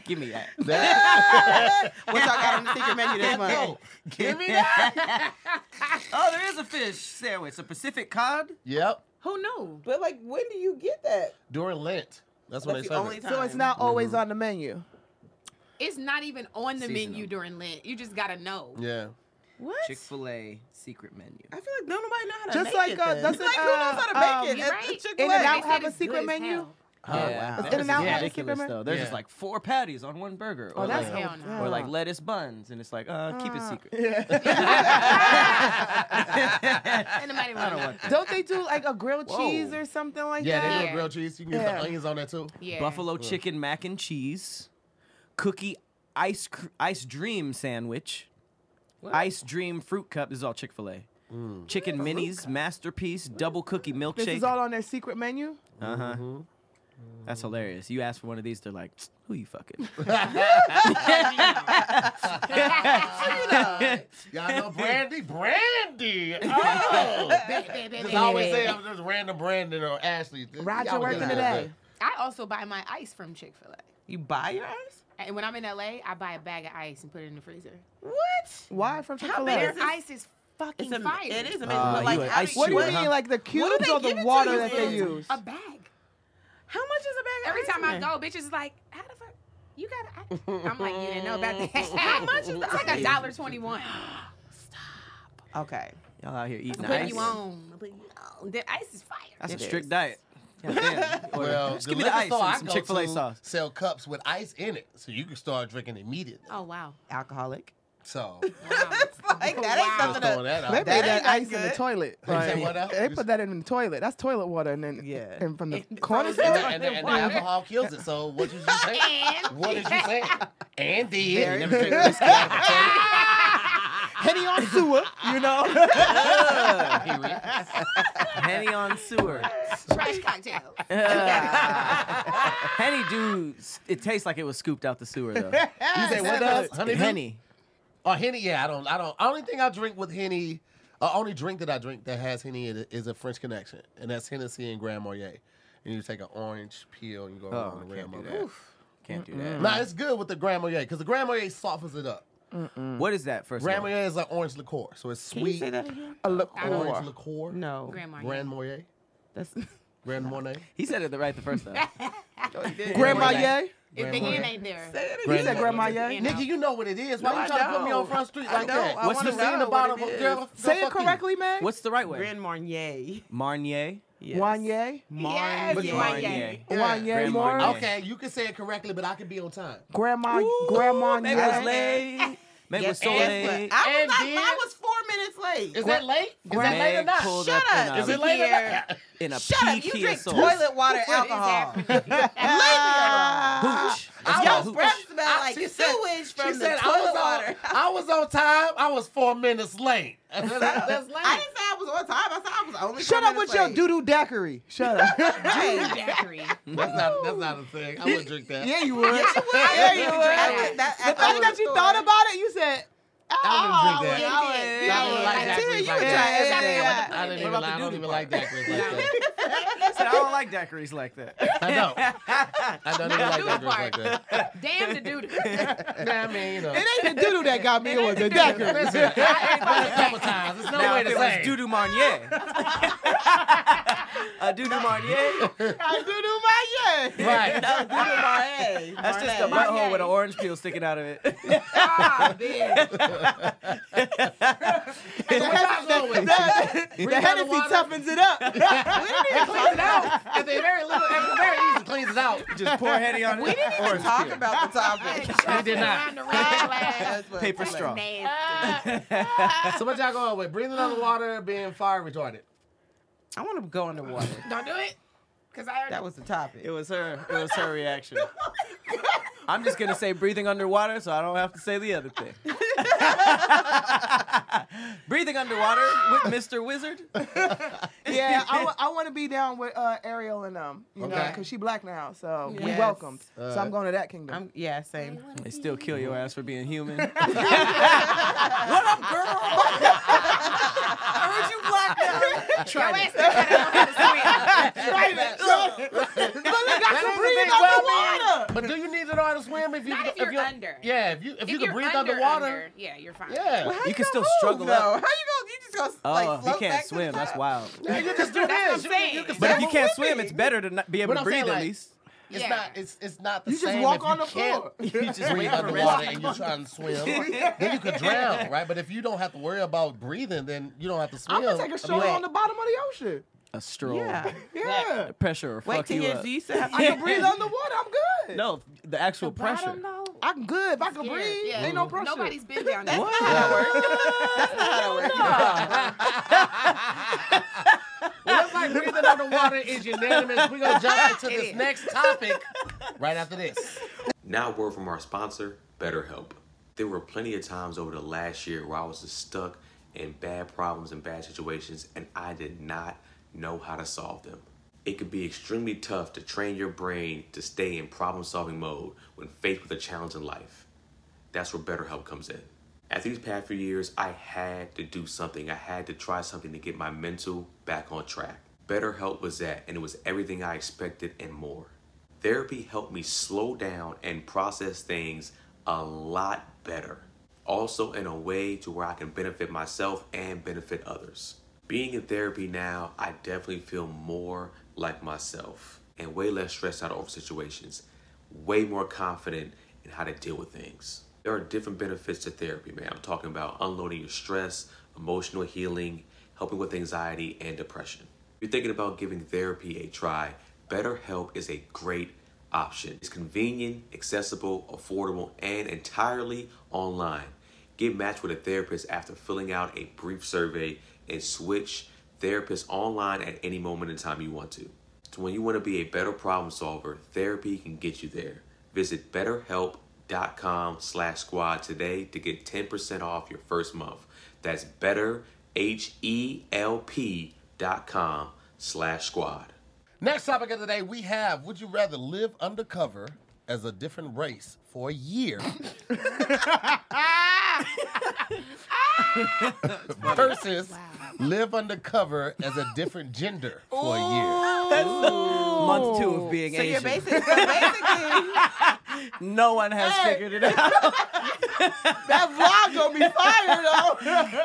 S4: Give me that.
S3: What y'all got on the secret menu this month?
S1: No, give me that.
S4: Oh, there is a fish sandwich. A Pacific cod?
S1: Yep.
S5: Who knew?
S3: But like, when do you get that?
S1: During Lent, that's when
S3: That's
S1: they
S3: the
S1: serve
S3: only
S1: it.
S3: time.
S2: So it's not always on the menu.
S5: It's not even on the
S4: Seasonal.
S5: menu during Lent. You just gotta know.
S1: Yeah.
S3: What?
S4: Chick fil A secret menu.
S3: I feel like don't nobody know how to
S2: Just
S3: make
S2: like,
S3: it.
S2: uh,
S3: then.
S2: doesn't,
S3: like who knows how to
S2: uh,
S3: make
S2: um,
S3: it? At-
S5: Right?
S3: at Chick-fil-A.
S2: In and
S5: They
S2: out
S5: said
S2: have a
S5: it's good
S2: secret
S5: as
S2: menu.
S5: hell.
S4: Yeah,
S2: It's
S4: That's
S2: In-N-Out
S4: just
S2: had
S4: ridiculous
S2: Superman?
S4: though. There's just
S1: Yeah.
S4: like four patties on one burger,
S3: Oh,
S4: or
S2: Oh, that's
S4: like,
S5: hell no.
S4: or like lettuce buns, and it's like, uh, keep it secret.
S5: Anybody want to
S2: Don't they do like a grilled
S4: Whoa.
S2: cheese or something like
S1: Yeah,
S2: that?
S1: they
S5: Yeah.
S1: do grilled cheese. You can
S2: Yeah.
S1: use the onions on that too.
S5: Yeah.
S4: Buffalo chicken mac and cheese, cookie ice cr- ice dream sandwich, ice dream fruit cup. This is all Chick Fil A.
S1: Mm.
S4: Chicken minis, masterpiece, double cookie
S2: This
S4: milkshake.
S2: is all on their secret menu.
S4: uh huh.
S1: Mm-hmm.
S4: That's hilarious. You ask for one of these, they're like, "Who you fucking?"
S1: Y'all know Brandy? Brandy! Oh! Just always say I'm just random Brandon or Ashley.
S2: Roger
S1: Y'all
S2: working
S1: get it.
S2: today.
S5: I also buy my ice from Chick Fil A.
S6: You buy your ice?
S5: And when I'm in LA, I buy a bag of ice and put it in the freezer.
S6: What?
S2: Why from Chick Fil
S6: big
S2: A?
S5: Their ice is fucking
S6: It's a,
S5: fire.
S6: it is amazing.
S4: Uh,
S6: but
S4: you
S6: like,
S4: an
S6: how, do
S4: ice
S6: you,
S2: What do you
S4: Sure, huh?
S2: mean, like the
S6: do
S2: cubes
S6: they
S2: or
S6: give it
S2: the
S6: to
S2: water
S6: you
S2: that they
S6: in?
S2: use?
S5: A bag.
S6: how much is a bag of
S5: Every
S6: ice?
S5: time I
S6: in?
S5: go, bitches is like, how the fuck you got? I'm like, you didn't know about that. How much is that? It's like a dollar twenty one.
S6: Okay.
S4: Y'all out here eating
S5: Putting
S4: ice.
S5: you on. I'm putting you on. The ice is fire.
S4: That's
S6: It
S4: a
S6: is.
S4: strict diet. Yeah, damn. Or
S1: Well,
S4: just give me the ice and some Chick Fil A sauce.
S1: Sell cups with ice in it, so you can start drinking immediately.
S5: Oh wow.
S6: Alcoholic.
S1: So
S5: wow.
S6: Like, that ain't
S1: just
S6: something
S1: throwing that
S6: to.
S2: They
S1: out.
S2: put
S6: That
S2: that,
S6: ain't not
S2: ice in the
S6: good.
S2: toilet.
S1: Like, what else?
S2: they put that in the toilet. That's toilet water, and then
S6: Yeah.
S2: and from the
S6: And-
S2: corner
S1: and, the,
S2: store.
S1: and the- and the alcohol kills it. So what did you say?
S5: And
S1: what did you say? And did you
S6: Very-
S1: never drink whiskey out of a can?
S2: Henny on sewer, you know.
S1: Period.
S4: Henny on sewer.
S5: fresh cocktail.
S4: Henny do. It tastes like it was scooped out the sewer though.
S1: You say what does honey? Henny.
S4: Henny.
S1: Oh, henny. Yeah, I don't. I don't. Only thing I drink with henny. Uh, only drink that I drink that has henny in it is a French connection, and that's Hennessy and Grand Marnier. And you take an orange peel and you go over
S4: Oh,
S1: on the
S4: I can't
S1: Grand
S4: do
S1: Marnier.
S4: that. Can't do that.
S1: Nah, it's good with the Grand Marnier because the Grand Marnier softens it up.
S4: What is that first?
S1: Grand
S4: of all?
S1: Marnier is like orange liqueur, so it's
S6: Can you
S1: sweet.
S6: say that again?
S2: a look
S5: I don't-
S1: Orange
S2: for.
S1: liqueur.
S6: No.
S5: Grandma.
S1: Grand Marnier.
S6: That's.
S1: Grand Marnier.
S4: He said it the right the first time.
S2: Grandma
S1: Grandma.
S2: Ye?
S5: If
S1: Grand
S5: the end
S1: Marnier.
S5: ain't there.
S2: You said Grandma Ye?
S5: You know.
S1: Nigga, you know what it is. Why
S6: No, I
S1: you trying to put me on
S6: don't.
S1: Front Street
S6: I
S1: like that?
S6: don't. I
S1: What's
S6: wanna
S1: the scene
S6: know
S1: about
S6: what
S1: bottom
S6: it
S1: of
S6: is.
S1: girl? go
S2: Say it
S1: fuck you.
S2: correctly, man.
S4: What's the right way?
S6: Grand Marnier.
S4: Marnier.
S6: Yes.
S2: Wanye?
S6: Marnier.
S5: Yes, Marnier.
S1: Yeah.
S2: Wanye
S4: Grand
S2: Morris?
S4: Marnier.
S1: Okay, you can say it correctly, but I can be on time.
S2: Grandma, Grandma
S4: Maybe it was
S2: Ye?
S4: late. Maybe it
S1: Yes,
S4: was so
S1: yes,
S4: late.
S1: but I-
S6: I
S1: And
S6: was, like,
S1: then-
S6: mine was four minutes
S1: Is
S6: late.
S1: that late? Is that
S4: Meg
S1: late or not?
S4: pulled
S6: Shut
S4: up in
S6: up.
S4: a-
S1: Is it late or not?
S4: in a
S6: Shut up. You
S4: PK
S6: drink
S4: sauce.
S6: toilet water alcohol. Ah.
S5: happening?
S6: Leave me
S3: Ah.
S6: alone.
S4: Hooch. Let's go,
S6: I was
S4: hooch.
S6: breath smell
S1: I-
S6: like
S1: she
S6: sewage
S1: said-
S6: from the toilet
S1: I was,
S6: water.
S1: On, I was on time. I was four minutes late.
S6: I didn't say I was on time. I said I was only.
S2: Shut up with your doo doo daiquiri. Shut up.
S5: Zachary.
S1: That's not that's not a thing. I wouldn't drink that.
S2: yeah, you would.
S6: Yeah,
S2: you
S6: would. That,
S2: The fact that you thought about it, you said,
S1: I
S2: oh,
S1: wouldn't drink that.
S2: I would-
S5: Yeah,
S1: I don't
S5: yeah,
S1: like
S5: yeah.
S1: that.
S6: Tia,
S1: Like
S6: you
S1: that.
S6: tried.
S5: Yeah.
S1: I don't even,
S4: about the
S1: I don't
S4: duty
S1: even like
S4: part?
S1: daiquiris like that.
S4: I said, I don't like daiquiris like that.
S1: I don't. I don't even like daiquiris like that.
S5: Damn the dude.
S1: Nah, I mean, you know.
S2: it ain't the doo doo that got me, it was the daiquiri.
S1: Listen, I ain't done it a couple times. There's no
S4: Now,
S1: way
S4: if
S1: to
S4: it
S1: say.
S4: was Doodoo Marnier. A Doodoo Marnier.
S2: I doo doo my
S1: Right.
S6: Marnier.
S4: That's just a butthole with an orange peel sticking out of it.
S5: Ah, bitch.
S1: That's what I'm going with.
S2: yeah. The Hennessy
S1: water.
S2: toughens it up.
S1: It cleans it out. At the very little, at the very least, it cleans it out.
S4: Just pour Hetty on it. We didn't
S6: We're talking about the topic.
S1: We did not.
S5: Around the red
S6: That's what-
S4: Paper
S6: that's
S4: straw.
S5: flag.
S1: So what y'all going with? Breathing underwater, being fire retarded.
S6: what- I want to go underwater.
S5: Don't do it. Cause I already
S6: That was the topic.
S4: It was her. It was her reaction. I'm just gonna say breathing underwater, so I don't have to say the other thing. breathing underwater with Mr. Wizard.
S2: Yeah, I want to be down with uh, Ariel and um, you know,
S1: Okay.
S2: because she black now, so we
S6: Yes.
S2: welcomed.
S1: Uh,
S2: so I'm going to that kingdom.
S6: I'm, yeah, same.
S4: They still kill your ass for being human.
S6: Heard you black now.
S5: Your ass still gotta know how to swim.
S1: But do you need to know how to swim if you
S5: Not if
S1: if
S5: you're under.
S1: Yeah, if you if, you can
S5: If you're
S1: breathe
S5: under,
S1: underwater.
S5: under, yeah, you're fine.
S1: Yeah.
S6: How
S4: You can
S6: gonna
S4: still
S6: move,
S4: struggle
S6: though?
S4: up.
S6: How you gonna? You just gonna
S4: Oh,
S6: like
S4: he
S6: float back
S4: can't
S6: to the
S4: swim. That's
S6: top?
S4: wild.
S1: You can just do this. You,
S5: saying.
S1: you can
S4: But if
S1: stand
S4: you
S1: on
S4: can't
S1: women.
S4: swim, it's better to not be
S1: But
S4: able to
S1: I'm
S4: breathe
S1: saying,
S4: at
S1: like-
S4: least.
S1: It's
S5: Yeah.
S1: not. It's it's not the
S2: You just
S1: same.
S2: walk
S1: if
S2: on
S1: you
S2: the
S1: can't
S2: floor.
S4: You just wait
S1: breathe
S4: for
S1: underwater and
S4: rescue.
S1: you're trying to swim, then you could drown, right? But if you don't have to worry about breathing, then you don't have to swim.
S2: I'm gonna take a stroll
S1: I mean,
S2: on the bottom of the ocean.
S4: a stroll.
S3: Yeah.
S2: Yeah.
S4: The pressure will
S3: Wait
S4: fuck
S3: till
S4: you
S3: you,
S4: up.
S3: you used to have
S2: I can breathe underwater. I'm good.
S4: No, the actual pressure.
S2: I'm good. If I can
S5: Yeah,
S2: breathe,
S5: yeah.
S2: ain't no
S6: Mm-hmm.
S2: pressure.
S5: Nobody's been down there.
S4: What?
S1: Well, it's like breathing underwater is unanimous. We're gonna jump into this next topic right after this.
S7: Now, a word from our sponsor, BetterHelp. There were plenty of times over the last year where I was just stuck in bad problems and bad situations, and I did not know how to solve them. It could be extremely tough to train your brain to stay in problem solving mode when faced with a challenge in life. That's where BetterHelp comes in. After these past few years, I had to do something. I had to try something to get my mental back on track. BetterHelp was that, and it was everything I expected and more. Therapy helped me slow down and process things a lot better, also in a way to where I can benefit myself and benefit others. Being in therapy now, I definitely feel more like myself and way less stressed out over situations way more confident in how to deal with things. There are different benefits to therapy, man. I'm talking about unloading your stress, emotional healing, helping with anxiety and depression. If you're thinking about giving therapy a try, BetterHelp is a great option. It's convenient, accessible, affordable, and entirely online. Get matched with a therapist after filling out a brief survey and switch therapists online at any moment in time you want to. So when you want to be a better problem solver, therapy can get you there. Visit betterhelp.com slash squad today to get 10% off your first month. That's better, H-E-L-P dot com slash squad.
S1: Next topic of the day, we have: Would you rather live undercover as a different race for a year versus live undercover as a different gender for a year?
S4: Month two of being
S3: So you're
S4: Asian.
S3: basically, so basically
S4: no one has figured it out.
S2: that vlog gonna be fire though.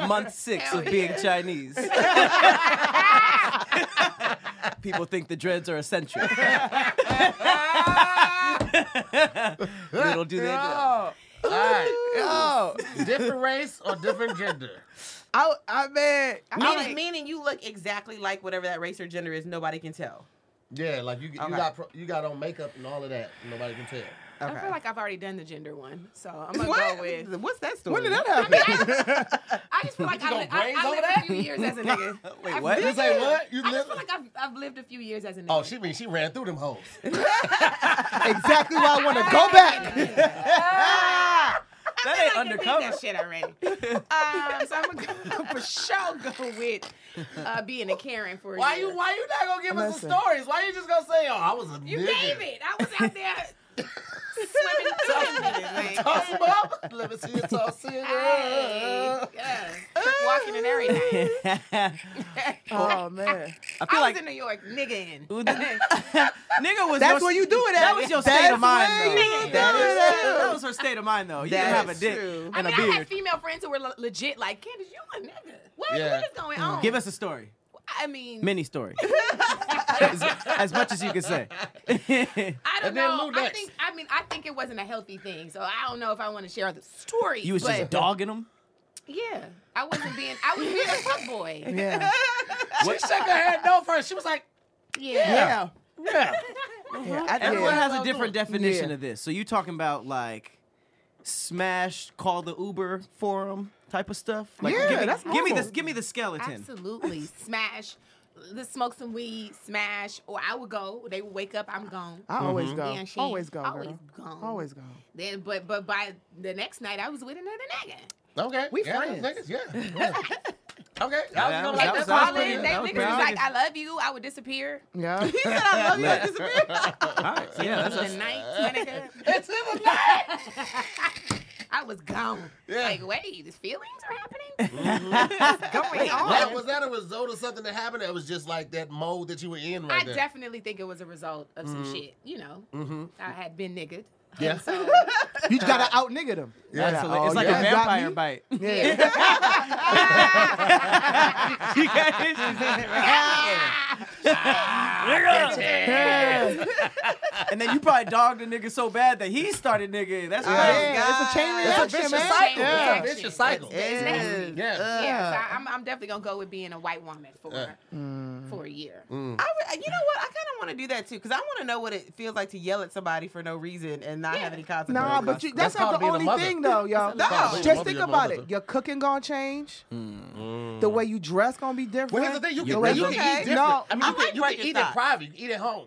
S4: Month six of being Chinese. People think the dreads are essential. Little do they know.
S2: Yo,
S1: All right,
S2: yo,
S1: different race or different gender?
S2: I, I mean, I
S3: meaning, meaning you look exactly like whatever that race or gender is. Nobody can tell.
S1: Yeah, like you, you
S3: Okay.
S1: got pro- you got on makeup and all of that. and Nobody can tell.
S5: I feel like I've already done the gender one, so I'm gonna
S3: What?
S5: go with.
S3: What's that story?
S2: when did that happen?
S5: I just feel like I,
S1: gonna
S5: li- I,
S1: braids
S5: I
S1: over
S5: lived
S1: that?
S5: a few years as a nigga.
S4: Wait,
S5: I've
S4: what?
S5: lived-
S1: You say what? You
S5: I
S1: live-
S5: just feel like I've, I've lived a few years as a nigga.
S1: Oh, she mean she ran through them hoes.
S2: exactly why I want to go back.
S4: That ain't
S5: I done been
S4: undercover.
S5: That shit already. um, so I'm gonna go for sure go with uh, being a Karen for a
S1: Why
S5: year.
S1: you why you not gonna give us the
S2: Listen.
S1: stories? Why you just gonna say, oh, I was a
S5: You
S1: nigga.
S5: gave it. I was out there swimming. swimming like,
S1: Toss 'em up. Let me see you toss it
S5: hey,
S1: up.
S5: yeah, Trick walking and everything.
S2: Oh man,
S4: I
S5: I
S4: feel
S5: was
S4: like
S5: in New York, niggaing.
S4: Ooh, that- nigga was
S2: that's
S4: your,
S2: where you do it at.
S4: That was your state of mind though.
S5: you
S4: That
S2: do
S4: is
S2: it
S4: true.
S2: at.
S4: That was her state of mind though. You
S3: That
S4: didn't have a
S3: is
S4: dick
S3: true.
S4: and a
S5: I mean, I had
S4: beard.
S5: female friends who were le- legit like, Candace, you a nigga. What,
S1: Yeah.
S5: what is going on?
S4: Give us a story.
S5: I mean,
S4: Mini story. as, as much as you can say.
S5: I don't
S1: And then
S5: know.
S1: Lou
S5: I
S1: next.
S5: think I mean I think it wasn't a healthy thing, so I don't know if I want to share the story.
S4: you was
S5: but
S4: just dogging him.
S5: yeah, I wasn't being I was being a fuck boy.
S2: Yeah,
S1: She shook her head no first. She was like,
S5: Yeah.
S2: yeah, yeah.
S1: Uh-huh.
S2: yeah. I,
S4: Everyone
S2: yeah.
S4: has a different definition
S2: Yeah.
S4: of this. So you talking about like smash, call the Uber for him type of stuff? Like
S2: Yeah,
S4: give me,
S2: that's
S4: give me
S2: normal.
S4: this give me the skeleton.
S5: Absolutely, smash. Let's smoke some weed, smash, or I would go. They would wake up, I'm gone.
S2: I always
S1: Mm-hmm.
S2: go.
S5: Yeah, she
S2: always go.
S5: always
S2: girl.
S5: gone.
S2: Always go.
S5: Then, but but by the next night, I was with another nigga.
S1: okay,
S2: We
S1: yeah,
S2: friends.
S1: niggas, yeah. yeah. okay, I was
S4: That
S1: gonna
S4: was-
S1: like that.
S4: that was-
S1: part.
S4: that
S5: All in,
S4: pretty-
S5: they
S4: that was
S5: niggas was
S4: pretty
S5: like,
S4: obvious.
S5: "I love you," I would disappear.
S2: Yeah.
S4: All right. So yeah, that's,
S5: It's
S4: that's
S5: the night, my nigga.
S1: It's in the night.
S5: I was gone.
S1: Yeah. Mm-hmm.
S5: Like, wait, these feelings are happening.
S4: Wait,
S5: Going on.
S1: That- was that a result of something that happened? That was just like that mode that you were in right
S5: I
S1: there. Mm-hmm.
S5: definitely think it was a result of some shit. You know, I had been niggered.
S1: Yeah.
S5: So,
S2: You gotta out nigga them.
S4: that's a-
S2: Oh,
S4: it's like
S2: yeah.
S4: a
S2: You got
S4: vampire
S2: me?
S4: bite.
S2: Yeah.
S4: You guys- nigga. and then you probably dogged a nigga so bad that he started nigga. That's crazy.
S2: Yeah, it's a chain
S1: Oh, It's a
S2: reaction,
S1: vicious
S2: man.
S1: cycle.
S2: Yeah.
S1: It's a vicious cycle. Mm-hmm.
S5: It's nasty.
S1: eh, Yeah.
S5: Yeah, so I- I'm, I'm definitely gonna go with being a white woman for
S1: Uh.
S5: for a year.
S1: Mm.
S3: I would- you know what? I kind of want to do that too because I want to know what it feels like to yell at somebody for no reason and not have any consequences.
S2: Nah, but you, that's,
S1: That's
S2: not
S1: called
S2: the
S1: being a
S2: only
S1: mother.
S2: thing though, y'all.
S3: No. called being a
S2: Just
S1: mother,
S2: think
S1: your
S2: about
S1: mother. Mm.
S2: it. Your cooking gonna change. The way you dress gonna be different.
S1: Well, here's the thing: you
S4: Your
S1: can, well, you
S4: resume-
S1: can eat different.
S2: No,
S1: I mean,
S3: I
S1: you
S3: like
S1: can, you can
S3: breaking
S1: eat
S3: thoughts.
S1: in private. You can eat at home.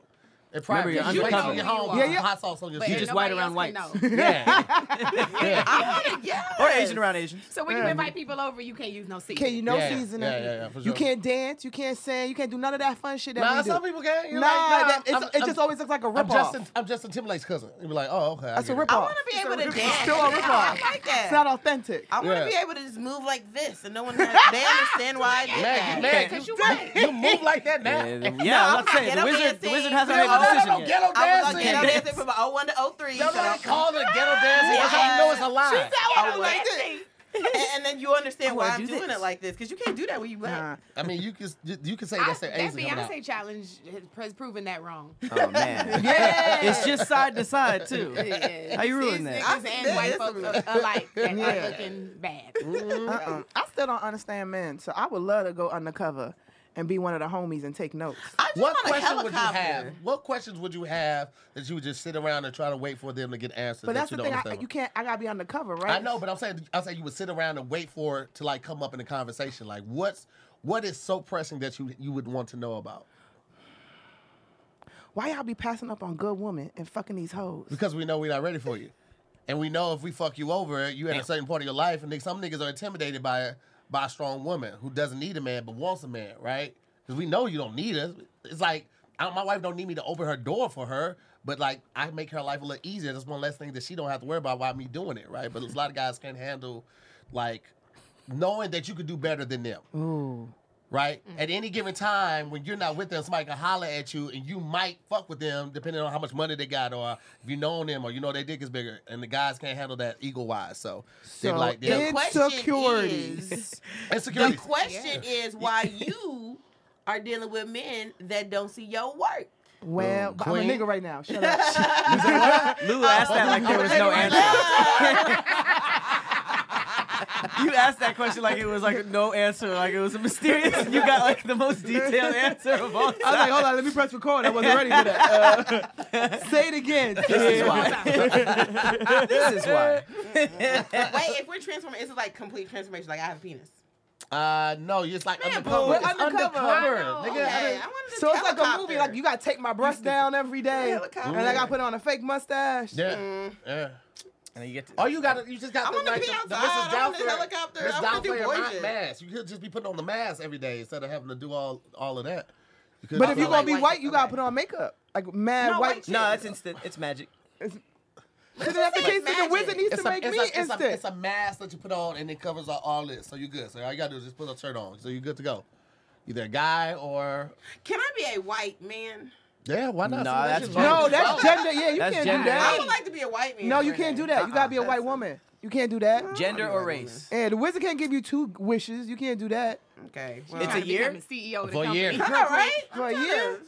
S1: In private,
S4: you're
S1: you
S4: undercover.
S1: your home.
S2: Yeah, yeah.
S1: Hot sauce on your
S5: But
S1: skin.
S4: You just
S5: nobody
S4: white around
S5: else can
S4: whites.
S5: know.
S1: yeah.
S3: I want to yes.
S4: Or Asian around Asians.
S5: So when you invite people over, you can't use no seasoning.
S2: Can you no
S1: Yeah, yeah,
S2: seasoning?
S1: yeah, yeah, for
S2: You
S1: sure.
S2: can't dance. You can't sing. You can't do none of that fun shit that
S1: Nah,
S2: we do.
S1: some people can.
S2: Nah,
S1: You're like, nah,
S2: that, it's,
S1: I'm-
S2: it just
S1: I'm-
S2: always looks like a
S1: I'm
S2: ripoff.
S1: Justin. I'm Justin Timberlake's cousin. You'd be like, oh, okay. I
S2: That's a
S1: get it.
S2: ripoff.
S3: I want to be able to dance.
S2: Still a
S3: I
S2: ripoff.
S3: like
S2: It's
S3: that.
S2: not authentic.
S3: I want to
S1: Yeah.
S3: be able to just move like this, and no one has, they understand why I did
S1: Man,
S3: that.
S1: you, man, you, you, move like that now.
S4: Yeah, yeah let's say
S3: get
S4: the
S3: up
S4: wizard,
S3: and
S4: the
S3: sing.
S4: wizard
S1: No,
S4: hasn't made
S1: no,
S4: a
S1: no,
S4: decision
S1: no,
S4: yet.
S1: ghetto
S3: I was like
S1: dancing.
S3: ghetto dancing from 01 to 03.
S1: Don't
S3: so
S1: nobody
S3: I'm-
S1: call it ghetto dancing. That's how you know it's a lie.
S3: She said
S1: I
S3: I
S1: would.
S3: was like this. And, and then you understand why
S4: wanna
S3: I'm
S4: do
S3: doing
S4: this.
S3: it like this because you can't do that when you black.
S2: Nah.
S1: I mean, you can you can say
S5: I,
S1: that's their
S5: that
S1: age.
S5: Beyonce challenge has proven that wrong.
S4: Oh man, yeah, it's just side to side too. How you ruining that?
S5: These niggas
S3: I-
S5: and white
S3: that's
S5: folks
S3: a-
S5: are alike that
S2: Yeah.
S5: are looking bad.
S2: Uh-uh. I still don't understand men, so I would love to go undercover and be one of the homies and take notes.
S3: I just
S1: What
S3: want a
S1: question would you
S3: helicopter.
S1: have? What questions would you have that you would just sit around and try to wait for them to get answers?
S2: But that's
S1: that
S2: the
S1: you
S2: thing.
S1: Don't
S2: I,
S1: understand?
S2: you can't. I gotta be undercover, right?
S1: I know, but I'm saying I'm saying you would sit around and wait for it to like come up in the conversation. Like, what's what is so pressing that you you would want to know about?
S2: why y'all be passing up on good women and fucking these hoes?
S1: Because we know we're not ready for you, and we know if we fuck you over, you at a certain point of your life, and then some niggas are intimidated by by a strong woman who doesn't need a man but wants a man, right? Because we know you don't need us. It's like I, my wife don't need me to open her door for her, but like I make her life a little easier. That's one less thing that she don't have to worry about by me doing it, right? But a lot of guys can't handle like knowing that you could do better than them.
S2: Ooh,
S1: right? At any given time, when you're not with them, somebody can holler at you, and you might fuck with them depending on how much money they got, or if you know them, or you know their dick is bigger. And the guys can't handle that ego wise, so,
S2: so
S1: they're like they're
S3: question
S2: insecurities.
S3: is- The
S1: insecurities.
S3: question is why you are dealing with men that don't see your work.
S2: well, but I'm a
S1: queen.
S2: nigga right now. Shut up.
S4: Lou asked that like there was no answer. you asked that question like it was like no answer, like it was a mysterious. and You got like the most detailed answer of all
S2: I was
S4: time.
S2: like, oh, hold on, let me press record. I wasn't ready for that. Uh, say it again.
S4: This is why. this is why.
S3: Wait, if we're transforming, is it like complete transformation? Like I have a penis.
S1: Uh, no, it's like undercover.
S2: boy,
S1: It's
S2: undercover.
S1: undercover,
S2: I know.
S1: nigga.
S3: Okay, I
S1: I-
S3: wanted
S2: So it's like a
S3: helicopter.
S2: movie. Like you gotta take my breasts down every day,
S3: Helicopter.
S2: and I gotta put on a fake mustache.
S1: Yeah,
S2: Mm.
S1: yeah.
S4: And then you get to,
S1: Oh, you got to you just got
S3: I
S1: to
S3: wanna
S1: like
S3: be
S1: the, the
S3: outside.
S1: Mrs.
S3: I wanna
S1: Doubtfire.
S3: helicopter.
S1: Mrs.
S3: I wanna do
S1: Doubtfire
S3: boy
S1: not
S3: shit.
S1: mask. You could just be putting on the mask every day instead of having to do all all of that. You could
S2: But
S1: also,
S2: if you
S1: like,
S2: gonna be white, you gotta put on makeup, like mad
S3: No,
S2: white.
S3: white
S4: no, that's instant. It's magic.
S2: Because that's the
S3: It's
S2: case. that The
S3: magic.
S2: wizard needs to
S1: it's a,
S2: make
S1: it's
S2: me
S1: a, it's,
S2: instant.
S1: a, it's a mask that you put on and it covers all, all this. So you're good. So all you gotta do is just put a shirt on. So you're good to go. Either a guy or
S3: Can I be a white man?
S1: yeah, why not?
S4: Nah,
S1: Some
S4: that's
S1: bitches
S4: wrong.
S1: vote.
S2: No, that's gender. Yeah, you
S4: That's
S2: can't do
S4: gender.
S3: I
S2: that.
S3: would like to be a white man.
S2: No, you
S3: for a
S2: can't do
S3: day.
S2: that. You gotta be a white woman. You can't do that.
S4: Gender or race?
S2: Yeah, the wizard can't give you two wishes. You can't do that.
S3: Okay. Well,
S4: It's a year.
S5: I'm the CEO of the
S1: For a
S5: company.
S1: year.
S3: all right.
S2: For a year?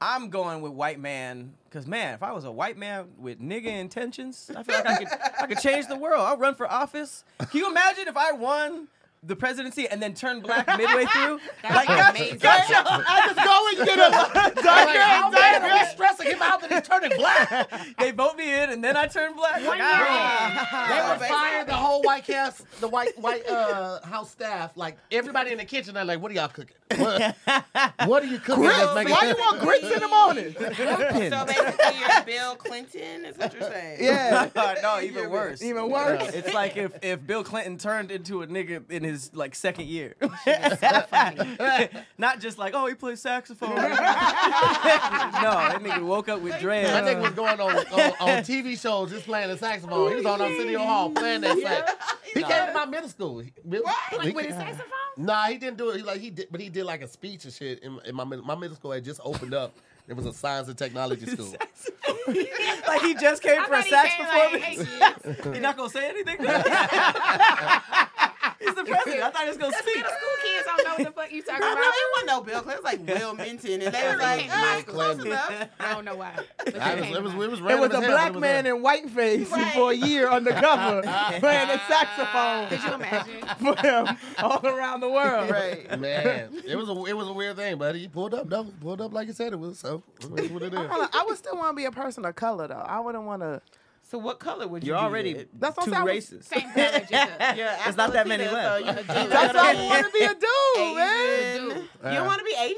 S4: I'm going with white man because man, if I was a white man with nigga intentions, I feel like I could I could change the world. I'll run for office. Can you imagine if I won the presidency and then turned black midway through? like, gotcha,
S5: amazing.
S4: gotcha.
S1: I just go and get a
S4: Like,
S1: like, how bad are we
S4: exactly.
S1: stressing him out that he's turning black?
S4: They vote me in and then I turn black. Like, ah.
S1: They would fire the whole White House, the White White uh, House staff, like everybody in the kitchen. They're like, "What are y'all cooking? What, what are you cooking?" that's making
S2: Why you
S1: sense?"
S2: want grits in the morning?
S3: So basically, you're Bill Clinton, is what you're saying.
S2: Yeah.
S4: no, even worse.
S2: Even worse.
S4: It's like if, if Bill Clinton turned into a nigga in his like second year. Not just like, oh, he plays saxophone. no, that nigga woke up with
S1: I
S4: dread.
S1: think what's going on on, on TV shows, just playing the saxophone. He was on Arsenio Hall playing that sax. He came to my middle school. He- he-
S5: With a saxophone?
S1: Nah, he didn't do it. He like he did, but he did like a speech and shit. In, in my mid- my middle school had just opened up. It was a science and technology school.
S4: like he just came
S5: I
S4: for a
S5: thought he
S4: sax
S5: came like,
S4: performance.
S5: "Hey, kids."
S4: He's not gonna say anything. He's the president. I thought he was gonna speak.
S5: Middle school kids don't know what the fuck you talking
S3: No, no,
S5: about.
S3: it wasn't no Bill Clinton. It was like Will Minton, and they was like, ah,
S1: Bill
S3: close
S1: Clinton.
S3: enough.
S5: I don't know why. But
S1: I
S5: they
S1: was,
S5: came
S1: it was,
S5: to
S1: it was
S2: It
S1: random
S2: was
S1: as
S2: a
S1: hell, but
S2: black
S1: it was
S2: man
S1: a-
S2: in whiteface
S3: Right.
S2: for a year undercover playing the
S5: mind. Could you
S2: saxophone
S5: imagine?
S2: for him all around the world.
S3: Right.
S1: Man, it was a it was a weird thing, but he pulled up, no, pulled up like he said it was. So that's what it is.
S2: Hold on, I would still want to be a person of color though. I wouldn't want to.
S6: So what color would you?
S4: You're
S6: do
S4: already
S6: that?
S2: That's what
S4: two
S2: I'm
S4: races.
S5: Same color, just a-
S3: Yeah,
S4: There's not that many
S3: left. So you
S2: That's why I
S3: Asian.
S2: want to be a dude, man.
S5: dude.
S3: You don't want to be Asian?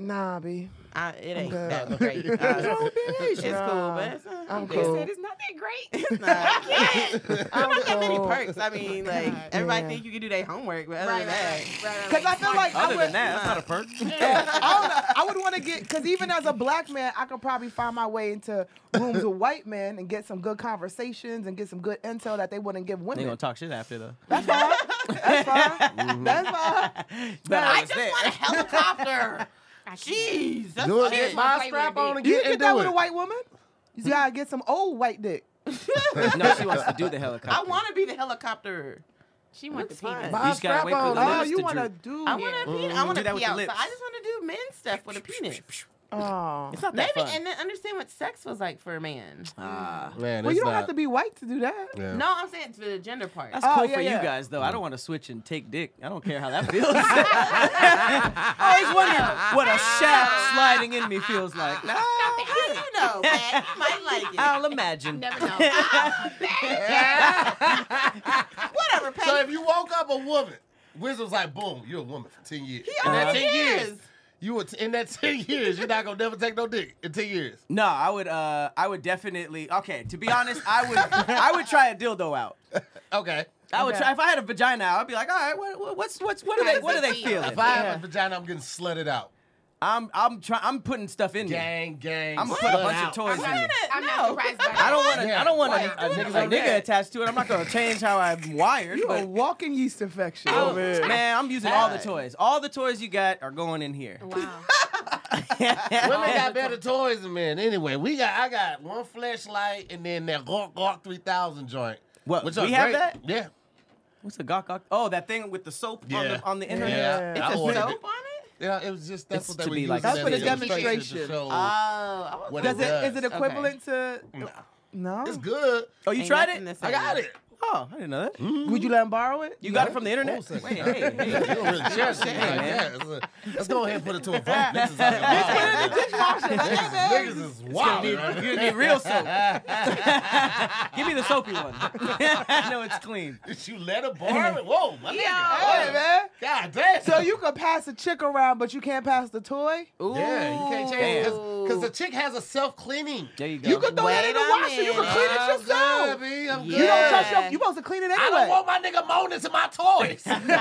S2: Nah, b.
S3: I, it ain't
S2: good.
S3: that great. Uh, it's cool, but it's, uh,
S2: I'm
S3: it's
S5: They
S2: cool.
S5: said it's not that great.
S3: not. I can't.
S2: I'm
S3: Not that many
S2: cool.
S3: perks. I mean, like
S5: God.
S3: everybody
S2: Yeah.
S3: think you can do their homework, but other
S5: Right,
S3: than
S5: right,
S3: that,
S5: right, right.
S2: Because I feel like I
S4: Other
S2: would,
S4: than that, that's not a perk.
S2: I, don't know. I would want to get because even as a black man, I could probably find my way into rooms with white men and get some good conversations and get some good intel that they wouldn't give
S4: They
S2: women.
S4: gonna talk shit after though.
S2: That's fine. That's fine.
S1: Mm-hmm.
S2: That's fine.
S4: But
S2: I
S4: I
S3: I
S4: was
S3: just
S4: there.
S3: want a helicopter. Jeez, that's
S1: Do it.
S3: it.
S1: Get
S5: wanna
S1: my
S5: play
S1: strap
S5: with it,
S1: on and
S2: You
S1: get,
S2: get
S1: and
S2: that
S1: do
S2: with
S1: it.
S2: a white woman. You gotta get some old white dick. Ah,
S4: no, she wants to do the
S3: I
S4: helicopter.
S3: want to be the helicopter.
S5: She wants
S3: That's
S5: the penis.
S3: fine.
S4: You just gotta wait for the
S2: Oh,
S4: lips
S2: you
S4: to
S2: want to
S4: droop.
S2: do?
S3: I want to be. I want
S4: Mm-hmm. Do
S3: to
S4: that with
S3: pee
S4: the
S3: outside.
S4: lips.
S3: I just want to do men stuff with a penis.
S2: Oh.
S4: It's not
S3: Maybe
S4: that fun.
S3: and then understand what sex was like for a man.
S4: Ah,
S1: Man,
S2: Well,
S1: it's
S2: you don't
S1: not,
S2: have to be white to do that.
S1: Yeah.
S3: No, I'm saying it's the gender part.
S4: that's
S2: Oh,
S4: cool
S2: yeah,
S4: for
S2: yeah.
S4: you guys though. I don't want to switch and take dick. I don't care how that feels. I always wonder what a shaft sliding in me feels like. Nah,
S3: How do you know, Pat? You might like it.
S4: I'll imagine.
S5: Never know.
S3: Whatever, Pat.
S1: So if you woke up a woman, Wisdom's like, boom, you're a woman for ten years. in that
S3: already
S1: ten years,
S3: is.
S1: you would in that ten years, you're not gonna never take no dick in ten years.
S4: No, I would. Uh, I would definitely. Okay, to be honest, I would. I would try a dildo out.
S1: Okay.
S4: I would try if I had a vagina. I'd be like, all right, what, what- what's what's what are
S5: How
S4: they
S5: does
S4: what
S5: it
S4: are they
S5: feel?
S4: feeling?
S1: If I have
S2: Yeah.
S1: a vagina, I'm getting slutted out.
S4: I'm I'm trying. I'm putting stuff in there.
S1: Gang, gang.
S4: I'm gonna put
S1: slutted
S4: a bunch
S1: out.
S4: of toys in there.
S5: I'm
S3: No.
S5: not surprised by that.
S4: I don't want to.
S1: Yeah.
S4: I don't want
S1: Why
S4: a, a,
S1: you doing
S4: nigga,
S1: it like
S4: a nigga
S1: that?
S4: attached to it. I'm not gonna change how I'm wired.
S2: You a
S4: But
S2: walking yeast infection.
S4: Oh,
S2: over here.
S4: man, I'm using all the toys. All the toys you got are going in here.
S5: Wow.
S1: Women got better toys than men. Anyway, we got I got one flashlight and then that Gork Gork 3000 joint.
S4: What,
S1: which
S4: we
S1: are
S4: have
S1: great.
S4: that?
S1: Yeah.
S4: What's the gawk gawk? Oh, that thing with the soap on
S1: Yeah.
S4: the on the internet.
S1: Yeah,
S2: It's
S1: I
S3: Soap on
S1: ordered it.
S3: it?
S1: Yeah, it was just that's
S4: It's
S1: what they
S4: to
S1: were
S4: be
S1: using
S4: like-
S2: That's
S1: as
S2: for
S1: an
S2: the
S1: illustration to
S2: demonstration. Uh,
S1: show
S3: Oh, I was
S1: what
S3: like,
S1: it
S2: Does it is it
S1: does.
S2: equivalent to?
S1: Nah,
S2: No.
S1: it's good.
S4: Oh, you
S3: Ain't
S4: tried
S3: nothing
S4: it?
S3: the
S1: I got it.
S4: Oh, I didn't know that.
S1: Mm-hmm.
S2: Would you let him borrow it?
S4: You got it from the internet.
S1: Hold a
S4: Wait,
S1: second.
S4: hey, hey.
S1: You don't really share shit like
S4: man.
S1: that. It's a- Let's go ahead and put it to a vote. Niggas is like, wow, niggas- niggas is wild.
S4: You're
S1: right?
S4: gonna need real soap. Give me the soapy one. I know it's clean.
S1: You let a borrow it? Whoa, my nigga.
S2: Hey, man.
S1: God damn.
S2: So you could pass the chick around, but you can't pass the toy.
S1: Yeah, you can't change
S3: Ooh.
S1: because the chick has a self cleaning.
S4: There you go.
S2: You could throw it in the
S3: Wait a
S2: washer. You could
S3: minute.
S2: clean it yourself.
S1: I'm
S3: You
S2: You don't
S1: good.
S2: touch your.
S3: Yeah.
S2: You supposed to clean it
S1: I don't
S2: anyway.
S1: want my nigga moaning to my toys. It's my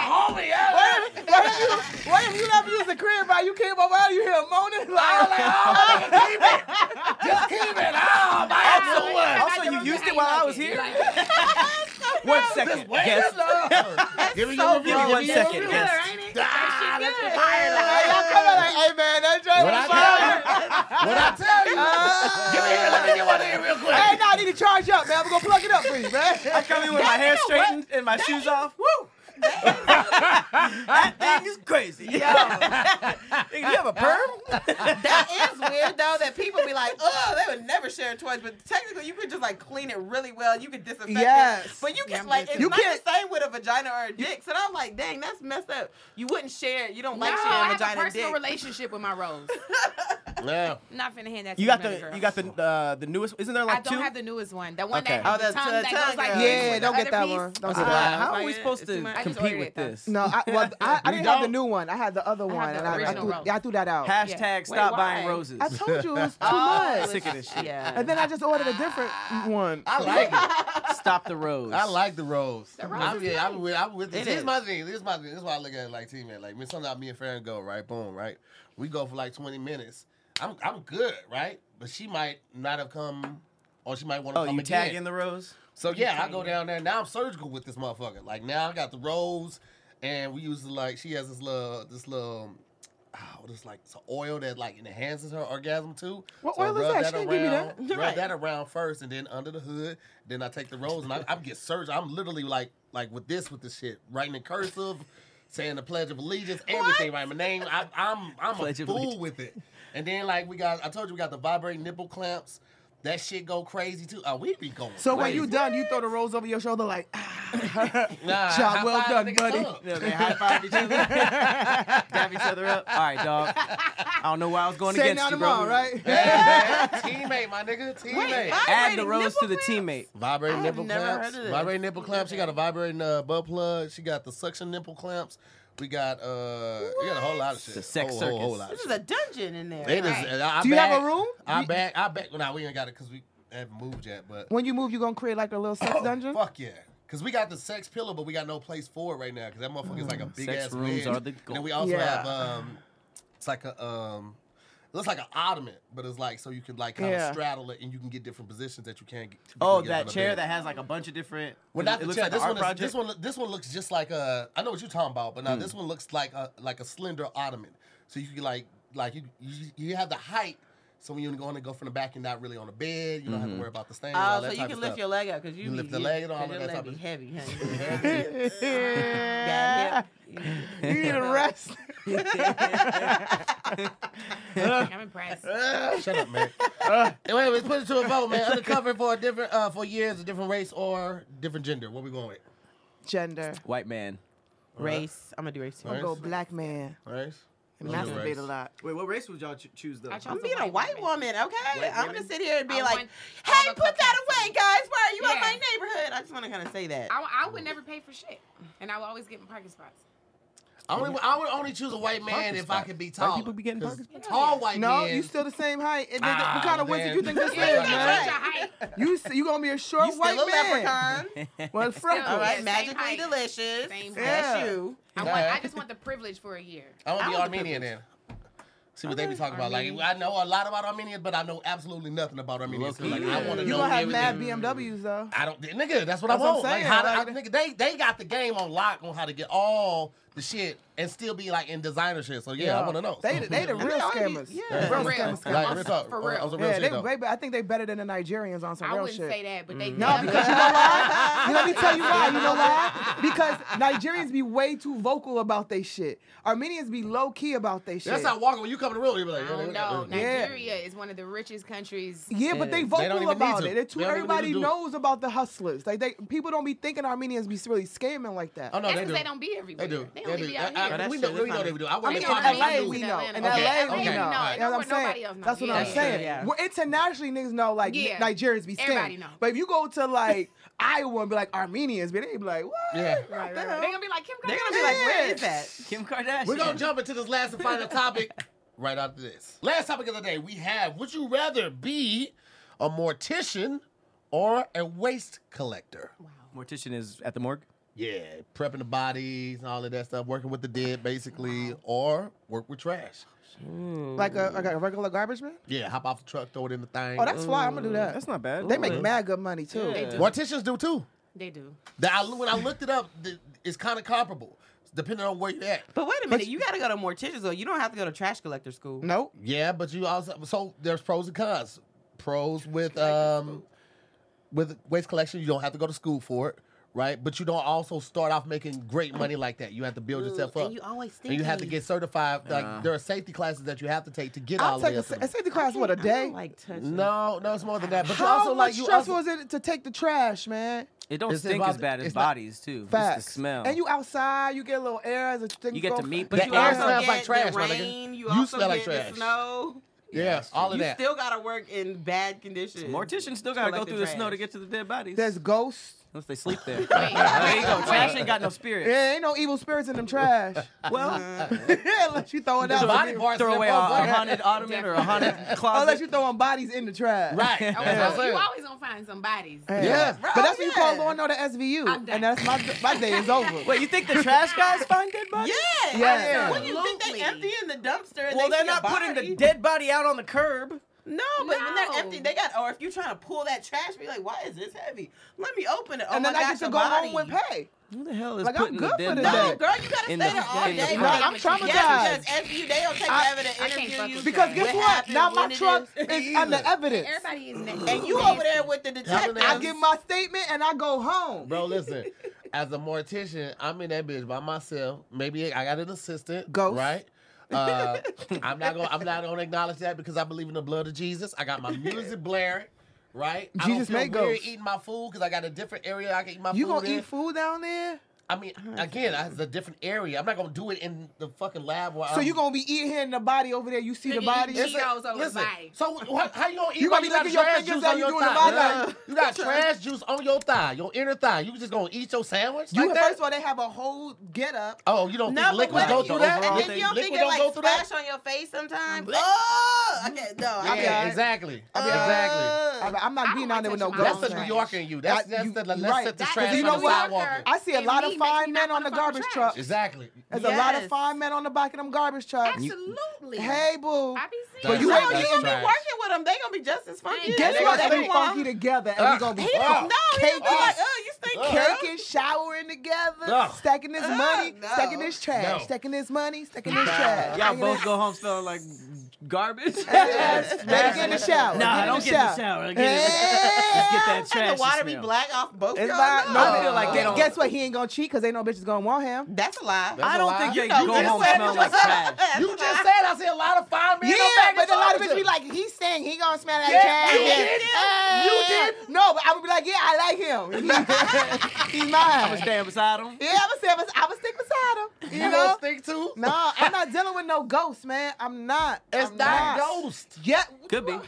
S1: homie. Yeah.
S2: What if you? What if you never used the crib? Right? You came over, you hear him moaning
S1: I'm
S2: like.
S1: like, oh, nigga, keep it. Just keep it. Oh, my
S4: Also,
S1: ex
S4: also, you
S5: remember
S4: used
S5: how
S4: it
S5: you
S4: while I
S5: like
S4: was
S5: it.
S4: here. One second.
S1: one. Wait
S4: Guess-
S1: a minute. Give me your
S4: Give me
S1: review.
S4: one
S1: Give me your
S4: second.
S1: review.
S4: Guess.
S1: Ah, that's the
S2: Hey, y'all come out like, hey man, that joint
S1: What
S2: was
S1: I
S2: fire. Uh,
S1: tell you? What I tell you? Give me here. Let me get one in here real quick.
S2: Hey, now I need to charge up, man. I'm gonna plug it up for you,
S4: I
S2: man.
S4: come in with my hair straightened and my shoes off. Woo! that thing is crazy. Nigga, you have a perm?
S3: That is weird though that people be like, oh, they would never share toys, but technically you could just like clean it really well. You could disinfect it.
S2: Yes.
S3: But you can
S5: I'm
S3: like
S5: with
S3: it's
S2: you.
S3: not
S2: You can't-
S3: the same with a vagina or a dick. So I'm like, dang, that's messed up. You wouldn't share you don't
S5: No,
S3: like
S5: I
S3: sharing
S5: have a
S3: vagina and
S5: personal
S3: dick.
S5: relationship with my rose.
S1: No.
S5: I'm not finna hand that to
S4: You got
S5: another
S4: the
S5: girl.
S4: you got the uh, the newest. Isn't there
S5: I
S4: like
S5: don't
S4: two?
S5: have the newest one. The one
S4: Okay.
S5: that has
S3: Oh, the
S5: the tongue
S3: t-
S5: that
S3: tongue
S5: goes like
S3: girl.
S5: this
S2: Yeah,
S5: with
S2: don't
S5: the
S2: get that
S5: other piece.
S2: one. Don't
S1: Wow.
S2: get that.
S4: Uh, How are
S3: Like,
S4: we
S3: it's
S4: supposed
S3: too
S4: to
S3: much.
S5: I just
S4: compete
S5: ordered
S4: with
S5: it, though.
S4: this?
S2: No, I, well, I, I
S1: You
S2: didn't have the
S1: don't?
S2: new one. I had the other one,
S5: the
S2: and I, I,
S5: original
S2: threw,
S5: rose.
S2: yeah, I threw that out.
S4: Hashtag
S5: Yeah. Wait,
S4: stop
S5: why?
S4: buying roses.
S2: I told you it was too
S3: Oh,
S2: much.
S4: Sick of this shit.
S2: And
S3: Yeah.
S2: then I just ordered a different one.
S1: I like it.
S4: Stop the rose.
S1: I like the rose.
S5: rose
S1: I'm,
S5: is
S1: yeah, I'm with. I'm with
S3: It
S1: this. Here's
S3: is.
S1: my thing. This is my thing. This is why I look at it like teammate. Like me, sometimes me and Farron go right, boom, right. We go for like 20 minutes. I'm I'm good, right? But she might not have come, or she might want to
S4: Oh,
S1: come
S4: you
S1: again.
S4: tagging the rose?
S1: so yeah, I go down there. Now I'm surgical with this motherfucker. Like now I got the rose, and we use like she has this little this little oh, what is like it's an oil that like enhances her orgasm too.
S2: What
S1: So I
S2: oil is
S1: rub
S2: that? She didn't give me
S1: around-
S2: that.
S1: Rub
S3: Right.
S1: that around first, and then under the hood. Then I take the rose, and I, I get searched. I'm literally like like with this with this shit, writing in cursive, saying the Pledge of Allegiance, everything. Right, my name. I, I'm I'm
S4: Pledge
S1: a
S4: of
S1: fool
S4: Allegiance.
S1: with it. And then like we got, I told you we got the vibrating nipple clamps. That shit go crazy too. Oh, we be going.
S2: So when
S1: crazy.
S2: you done, you throw the rolls over your shoulder like,
S4: Uh,
S2: ah.
S1: Nah,
S2: Job
S1: high
S2: well
S1: five
S2: done,
S1: the nigga
S2: buddy.
S1: up.
S4: Yeah, they high five each other, dab each other up. All right, dog. I don't know why I was going
S2: say it now
S4: against you, bro.
S2: tomorrow, right?
S1: Hey, man, teammate, my nigga, teammate.
S4: Add the
S3: Vibrating
S4: rose to the
S3: nipple
S4: teammate.
S1: Vibrating
S3: I have
S1: nipple
S3: never
S1: clamps.
S3: heard of this.
S1: Vibrating nipple clamps. She got a vibrating uh, butt plug. She got the suction nipple clamps. We got uh, we got a whole lot of shit.
S4: The sex
S1: whole, whole,
S4: circus.
S1: whole lot of
S3: This is
S1: shit.
S3: a dungeon in there.
S1: It is-
S5: Right.
S1: and I, I
S2: Do you have
S1: bag-
S2: a room?
S1: I bag. I bag. Well, nah, we ain't got it because we haven't moved yet. But
S2: When you move, you gonna create like a little sex dungeon.
S1: Oh, fuck yeah. Cause we got the sex pillow, but we got no place for it right now. Cause that motherfucker's like a big
S4: Mm, Sex
S1: ass
S4: rooms
S1: bed.
S4: are the
S1: And
S4: goal.
S1: then we also
S2: Yeah.
S1: have um, it's like a um, it looks like an ottoman, but it's like so you can like kind of
S2: Yeah.
S1: straddle it and you can get different positions that you can't. get. you
S4: Oh,
S1: can't get on
S4: that
S1: the
S4: chair
S1: bed.
S4: that has like a bunch of different.
S1: Well, not
S4: it
S1: the
S4: looks
S1: chair.
S4: like
S1: this,
S4: an
S1: one
S4: art
S1: is,
S4: project. Hmm.
S1: this one. look- This one looks just like a. I know what you're talking about, but now this one looks like a like a slender ottoman. So you can like like you you, you have the height. So when you go in and go from the back, you're not really on the bed. You don't
S4: Mm-hmm.
S1: have to worry about the stains. all
S3: Oh,
S1: that
S3: so you
S1: type
S3: can
S1: of
S3: lift
S1: stuff.
S3: your leg up because you,
S1: You
S3: be-
S1: lift the leg and all
S3: cause
S1: of
S3: your
S1: that
S3: leg
S1: type
S3: be
S1: of-
S3: heavy, honey.
S2: Yeah.
S3: Got
S2: You need a rest.
S5: I'm impressed.
S1: Shut up, man. anyway, let's put it to a vote, man. Undercover for a different uh, for years, a different race or different gender. What we going with?
S2: Gender.
S4: White man.
S3: Race. I'm gonna do race too.
S2: I'm gonna go black man
S1: Race.
S2: and
S1: Gender race.
S2: masturbate a lot.
S4: Wait, what race would y'all choose though?
S5: I chose
S3: I'm
S5: the
S3: being a white woman, okay?
S4: White
S3: I'm
S4: women?
S3: gonna sit here and be
S5: I
S3: like,
S5: want
S3: "Hey,
S5: all the
S3: put that
S5: cookies.
S3: away, guys. Why are you out
S5: Yeah.
S3: my neighborhood?" I just want to kind of say that.
S5: I, I would never pay for shit, and I would always get in parking spots.
S1: I, only, I would only choose a white man
S4: Parking
S1: if I
S4: spot.
S1: could be
S4: White
S1: tall.
S4: people be getting parking
S1: Tall white
S2: No,
S1: men.
S2: you still the same height. And then
S1: Ah,
S2: what kind of ones
S1: man.
S2: do you think this is,
S1: You ain't
S5: That's
S1: gonna
S2: man?
S1: change
S5: your height.
S2: You s- you gonna be a short
S3: still
S2: white
S3: a
S2: man?
S3: leprechaun.
S2: Well, freckles.
S3: All right,
S5: Same
S3: magically
S5: height.
S3: delicious.
S5: Same
S3: That's
S2: height.
S3: you.
S5: I, want, I just want the privilege for a year.
S1: I want to
S3: I
S1: be
S3: want the
S1: Armenian then. See what they be talking about. Like I know a lot about Armenians, but I know absolutely nothing about Armenians. So, like I want to
S2: You
S1: know
S2: gonna have
S1: everything.
S2: mad BMWs though.
S1: I don't, nigga. That's what I
S2: That's what I'm
S1: want.
S2: saying,
S1: like, how,
S2: like-
S1: I, nigga, they they got the game on lock on how to get all the shit and still be like in designer shit. So yeah, I want to know.
S2: They they the
S3: mean,
S2: real
S3: I already-
S2: scammers.
S3: yeah.
S2: Real
S5: For real.
S2: scammers.
S1: like, real talk.
S5: For
S1: on-
S5: real.
S1: on some real
S2: Yeah,
S1: shit,
S2: they,
S1: though.
S2: they, I think they better than the Nigerians on some
S5: I
S2: real
S5: wouldn't
S2: shit. Mm.
S5: say that, but they
S2: No, because you know why? Let me tell you why. You know why? Because Nigerians be way too vocal about they shit. Armenians be low key about they shit.
S1: That's how walking when you come to the room. You be like,
S5: I
S1: yeah,
S5: don't know.
S1: yeah.
S2: Yeah.
S5: Nigeria is one of the richest countries.
S2: yeah, but they
S1: They don't
S2: vocal
S1: even need
S2: about
S1: to.
S2: it. They too,
S1: They don't even need to
S2: everybody
S1: do it.
S2: knows about the hustlers. Like they people don't be thinking Armenians be really scamming like that.
S1: Oh no,
S5: That's
S1: they
S5: because
S1: do.
S5: they don't be everywhere.
S1: They do.
S5: They only
S1: do.
S5: be out
S1: I- I-
S5: here.
S3: But
S1: we
S3: that's
S1: know,
S3: true.
S1: we know they do. I
S5: I
S1: want
S5: mean,
S1: to
S5: in
S2: LA,
S5: Atlanta,
S2: we
S5: in
S2: know.
S5: Atlanta.
S2: In
S1: Okay.
S2: LA, we
S1: Okay. No,
S2: know. You know what I'm
S5: nowhere nobody
S2: saying?
S5: else knows.
S2: That's what I'm
S5: Yeah.
S2: saying.
S3: Yeah.
S2: Well, internationally, niggas know, like,
S5: Yeah.
S2: Nigerians be scamming.
S5: Everybody know.
S2: But if you go to, like, Iowa and be like, Armenians, but they be like, what?
S1: Yeah.
S2: What the
S5: They're
S2: hell?
S5: gonna be like Kim
S3: They're
S5: Kardashian.
S3: gonna be like, "Where is that?"
S4: Kim Kardashian.
S1: We're gonna jump into this last and final topic right after this. Last topic of the day, we have: Would you rather be a mortician or a waste collector?
S4: Mortician is at the morgue.
S1: Yeah, prepping the bodies and all of that stuff, working with the dead basically, or work with trash.
S2: Like a, like a regular garbage man?
S1: Yeah, hop off the truck, throw it in the thing.
S2: Oh, that's fly. I'm gonna do that.
S4: That's not bad.
S2: They make mad good money, too.
S5: They do.
S1: morticians do too.
S5: They do.
S1: The, I, when I looked it up, the, it's kind of comparable, depending on where you're at.
S3: But wait a minute, you gotta go to morticians or you don't have to go to trash collector school.
S2: Nope.
S1: Yeah, but you also so there's pros and cons. Pros with um with waste collection, you don't have to go to school for it, right? But you don't also start off making great money like that. You have to build yourself up.
S3: and you always
S1: And you have to
S3: stinky.
S1: get certified. Like there are safety classes that you have to take to get
S2: I'll
S1: all the
S2: take
S1: way
S2: a,
S1: up to
S2: sa- a
S1: them.
S2: safety class, what, a
S3: I don't
S2: day?
S3: like touching.
S1: No, no, it's more than that. But you
S2: How
S1: also
S2: much
S1: like you
S2: stressful
S1: also,
S2: is it to take the trash, man?
S4: It don't
S1: It's
S4: stink
S1: about-
S4: as bad as
S1: it's not-
S4: bodies too.
S2: Facts.
S4: It's the smell.
S2: And you outside, you get a little air as a thing
S4: You get
S2: go-
S4: to meet,
S1: That
S4: but you
S1: air
S4: also
S1: smells
S3: get
S1: like trash,
S3: the
S1: my nigga.
S3: rain, You,
S1: You
S3: also
S1: smell
S3: get
S1: like
S3: The
S1: trash.
S3: snow.
S1: yeah, all of
S3: You
S1: that.
S3: still gotta work in bad conditions.
S4: morticians still gotta go
S3: Collect the
S4: through the snow
S3: trash.
S4: to get to the dead bodies.
S2: There's ghosts.
S4: Unless they sleep there.
S5: Wait,
S4: There you go.
S5: wait.
S4: Trash ain't got no spirit.
S2: Yeah, ain't no evil spirits in them trash.
S4: Well,
S2: yeah, unless you throw it out.
S1: body parts
S4: throw
S1: in
S4: away a,
S1: that
S4: a
S1: motherfucker.
S4: haunted ottoman or a haunted
S2: Unless you
S4: closet.
S2: throwing bodies in the trash.
S1: Right.
S5: Oh,
S1: That's what
S5: you
S1: I'm
S5: always gonna find some bodies.
S1: saying. Yeah.
S2: But that's what you
S3: Oh,
S2: call
S3: yeah.
S2: going on the SVU.
S5: I'm done.
S2: And that's my my day is over.
S4: Wait, you think the trash guys find dead
S3: Yeah.
S4: bodies?
S2: Yeah.
S3: When you think they
S5: Absolutely.
S3: empty in the dumpster and
S4: Well,
S3: they
S4: they're
S3: see a
S4: not putting the
S3: body.
S4: dead body out on the curb.
S3: No, but when they're
S5: No.
S3: empty, they got. Or if you're trying to pull that trash, be like, why is this heavy? Let me open it. Oh
S2: and
S3: my
S2: then I
S3: gosh,
S2: get to
S3: a
S2: go
S3: body.
S2: home with pay.
S4: Who the hell is
S2: Like, I'm
S4: putting
S2: good
S4: the
S2: for
S4: dead
S2: the
S3: No,
S2: day.
S4: bag?
S3: girl, you gotta stay
S4: in the-
S3: there all
S4: in the
S3: day.
S4: No, front.
S2: I'm traumatized.
S3: Yes, because after you, they don't take
S5: I-
S3: forever
S5: I
S3: to
S5: can't
S3: interview
S5: fuck
S3: you.
S5: with
S2: Because
S5: What
S2: guess what?
S3: happened,
S2: Now my
S3: when it
S2: truck
S3: is.
S2: is under evidence.
S5: Everybody is na-
S3: And you
S5: nasty.
S3: over there with the detective.
S2: I give my statement and I go home.
S1: Bro, listen. As a mortician, I'm in that bitch by myself. Maybe I got an assistant.
S2: Ghost.
S1: Right. Uh, I'm not gonna. I'm not gonna acknowledge that because I believe in the blood of Jesus. I got my music blaring. Right. I don't
S2: Jesus
S1: feel
S2: made
S1: weird
S2: ghosts.
S1: eating my food because I got a different area I can eat my
S2: You
S1: food.
S2: gonna
S1: in.
S2: eat food down there?
S1: I mean, again, it's a different area. I'm not gonna do it in the fucking lab. Where
S2: So
S1: I'm-
S2: you gonna be eating here in the body over there? You see the
S5: Nigga,
S2: body?
S5: you
S1: Listen,
S5: Cheetos over
S1: listen.
S5: body.
S1: So what, how you gonna eat?
S2: You
S1: while
S2: gonna be
S1: got
S2: licking your
S1: trash
S2: fingers
S1: juice
S2: as
S1: on
S2: you
S1: your
S2: doing the
S1: thigh?
S2: body.
S1: Like, You got trash juice on your thigh, your inner thigh. You just gonna eat your sandwich?
S2: You
S1: like that?
S2: first of all, they have a whole get up.
S1: Oh, you don't
S3: No,
S1: think
S3: but
S1: liquids
S3: what
S1: go
S3: if
S1: through
S3: you-
S1: that?
S3: And
S1: You
S3: then
S1: think
S3: you don't think
S1: liquid
S3: it
S1: don't go
S3: like
S1: through that?
S3: splash on your face sometimes? Oh, I can't. No, I
S1: Yeah,
S3: can't.
S1: exactly.
S2: I'll be all
S1: exactly.
S3: Uh,
S2: I- I'm not
S5: don't
S2: being
S5: like
S2: out there with no ghost.
S5: touching my
S1: That's
S5: own
S1: the New
S5: trash.
S1: Yorker in you. That's
S2: I-
S1: that's
S2: you-
S1: the let's
S2: right.
S1: set the
S5: That's
S1: trash
S5: the
S1: on
S2: you
S1: the
S2: know what?
S1: sidewalk.
S2: I see a
S5: And
S2: lot of
S5: me makes me
S2: fine men
S5: not
S2: on the
S5: wanna fucking
S2: garbage
S5: trash.
S2: truck.
S1: Exactly.
S2: There's a lot of
S3: Yes.
S2: fine men on the back of them garbage trucks.
S5: Absolutely.
S2: Hey, boo.
S5: I be seeing
S1: But
S2: you
S5: that.
S2: ain't
S3: no, you
S1: That's
S3: gonna be
S1: trash.
S3: working with them. They gonna be just as funky.
S5: Ain't
S2: Guess
S1: They
S2: what?
S1: gonna
S2: They
S1: stink.
S2: funky together, and we gonna be
S1: Ugh.
S3: He don't,
S1: Ugh.
S3: no, he don't be
S2: Cake
S3: like, oh, you stink.
S1: Ugh.
S2: caking, showering together,
S1: Ugh.
S2: stacking this
S3: Ugh,
S2: money,
S3: no.
S2: stacking this trash,
S1: No.
S2: stacking this money, stacking
S1: Nah.
S2: this trash.
S4: Y'all
S2: stacking
S4: both
S2: this-
S4: go home smelling like garbage.
S2: Yes. Baby, get in the shower.
S4: Nah,
S2: get in
S4: don't
S2: the
S4: get in
S2: shower.
S4: the shower. Get in the-
S2: Hey.
S4: get that
S3: And
S4: trash
S3: The water be
S4: smell.
S3: black off both
S2: It's
S3: y'all.
S2: not.
S3: No.
S2: No,
S4: I feel like they
S2: Gu-
S4: don't-
S2: Oh, Guess what? He ain't gonna cheat because ain't no bitches gonna want him.
S3: That's a lie.
S1: That's
S4: I
S1: a
S4: don't
S1: lie.
S4: think they
S1: You
S4: go
S3: know, you
S4: home
S3: said
S4: smelling
S3: it
S4: like
S3: yourself.
S4: trash.
S1: You just said I see a lot of fine men
S2: Yeah,
S1: on back
S2: but a lot of
S1: shoulders.
S2: bitches be like, he's saying he gonna smell that
S1: Yeah,
S2: trash.
S1: you did.
S2: Hey.
S1: You
S2: No, but I would be like, yeah, I like him. He- he's mine.
S4: Stand beside them.
S2: Yeah, I'm gonna say I'm gonna stick beside him.
S1: You
S2: You
S1: gonna
S2: know?
S1: stink too?
S2: No, I'm not dealing with no ghosts, man. I'm not.
S1: It's
S2: I'm
S1: not ghost.
S2: Yeah.
S4: Could be.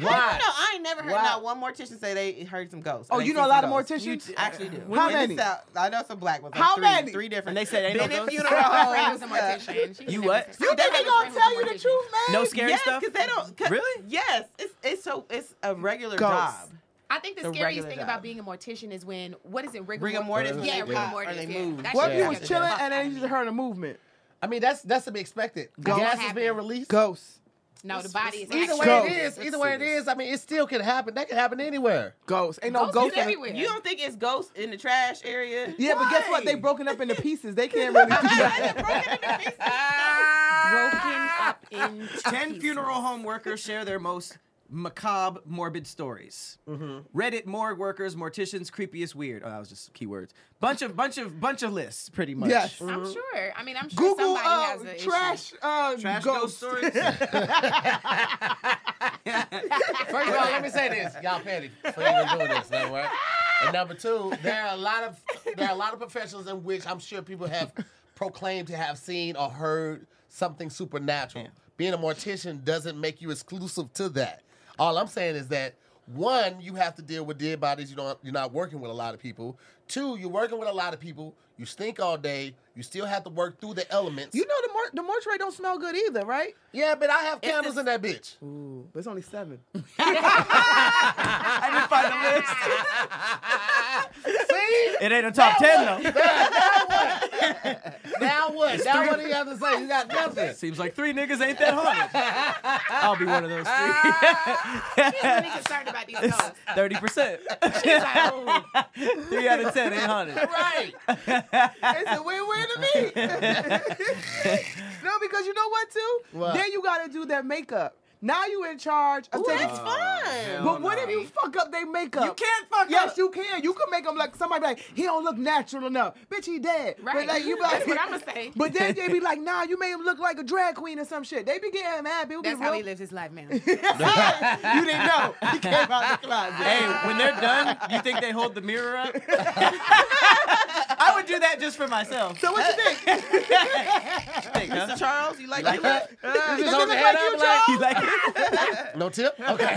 S3: I
S1: Why?
S3: don't know. I ain't never heard
S1: Why?
S3: not one mortician say they heard some ghosts.
S2: Oh,
S3: They
S2: you
S3: seen
S2: know a
S3: some
S2: lot of
S3: ghosts.
S2: morticians?
S3: You actually do.
S2: How many?
S3: South- I know some black ones. like
S2: How
S3: three,
S2: many?
S3: Three different.
S4: And they say ain't no
S3: Been in
S4: ghosts?
S3: funeral
S5: She
S3: homes.
S5: was a
S3: uh,
S5: mortician. She
S4: You
S5: never
S4: what?
S5: said-
S2: Oh, You think they
S5: She
S2: gonna
S5: was a
S2: tell you the
S5: mortician.
S2: truth, man?
S4: No scary
S3: yes,
S4: stuff.
S3: because they don't. 'cause-
S4: Really?
S3: Yes, it's it's so it's a regular
S2: Ghosts.
S3: job.
S5: I think the,
S3: The
S5: scariest
S3: regular
S5: thing
S3: job.
S5: about being a mortician is when what is it? Rigor,
S3: Rigor mortis when
S5: Yeah,
S3: they
S5: rigor
S3: pop or
S5: mortis.
S3: they
S5: yeah.
S3: move.
S5: That
S2: What
S5: shit
S2: if you was
S5: scares the
S2: chilling
S5: fuck
S2: and
S5: out
S2: then
S5: of
S2: you
S5: me.
S2: just heard a movement?
S1: I mean, that's that's to be expected.
S2: Ghost
S1: Gas is
S5: happen.
S1: being released.
S2: Ghosts.
S5: No, the body is
S1: Either way
S2: Ghost.
S1: it is, either way it is. I mean, it still can happen. That can happen anywhere.
S2: Ghosts. Ain't no
S5: Ghosts
S2: ghosts. in the-
S5: everywhere.
S3: You don't think it's ghosts in the trash area?
S2: Yeah, but guess what? They broken up into pieces. They can't really do that.
S5: broken up in
S4: Ten
S5: pieces.
S4: funeral home workers share their most macabre, morbid stories. Reddit morgue workers, morticians, creepiest, weird. Oh, that was just keywords. Bunch of, bunch of, bunch of lists, pretty much.
S2: Yes.
S5: I'm sure. I mean, I'm sure
S2: Mm-hmm. Google
S5: somebody
S2: uh,
S5: has an issue.
S2: trash, uh,
S4: Trash
S2: ghost.
S4: ghost, stories.
S1: First of all, let me say this, y'all petty for even doing this, number one. And number two, there are a lot of there are a lot of professions in which I'm sure people have proclaimed to have seen or heard something supernatural. Being a mortician doesn't make you exclusive to that. All I'm saying is that one, you have to deal with dead bodies. You don't. You're not working with a lot of people. Two, you're working with a lot of people. You stink all day. You still have to work through the elements.
S2: You know the mor- the mortuary don't smell good either, right?
S1: yeah, but I have candles in that bitch.
S2: Ooh, but it's only seven.
S4: I didn't find a list.
S1: See,
S4: It ain't a top ten though.
S1: Now what? Now what do you have to say? You got nothing.
S4: Seems like three niggas ain't that haunted. I'll be one of those three.
S5: She's really concerned about these ghosts.
S4: Thirty percent.
S5: She's like, oh,
S4: Three out of ten ain't haunted.
S1: Right.
S2: It's a win-win to me. no, because you know what too?
S1: What?
S2: Then you gotta do their makeup. Now you in charge of taking.
S4: Oh,
S3: That's fun.
S2: But what if you fuck up their makeup?
S4: You can't fuck
S2: Yes,
S4: up.
S2: you can. You can make them like somebody be like he don't look natural enough. Bitch, he dead. But
S5: Right.
S2: like you be like,
S5: That's what I'ma say.
S2: But then they be like, nah, you made him look like a drag queen or some shit. They be getting mad. People
S5: That's
S2: be
S5: how
S2: real-
S5: he lives his life, man.
S2: You didn't know. He came out the closet.
S4: Hey, when they're done, you think they hold the mirror up? I would do that just for myself.
S2: So what you think?
S4: Think, huh?
S3: Charles, you like
S1: Like
S3: it?
S1: that? You just hold
S2: Does it
S1: your
S2: look
S1: head
S2: like
S1: up
S2: you,
S1: like,
S4: You like it?
S1: no tip? Okay.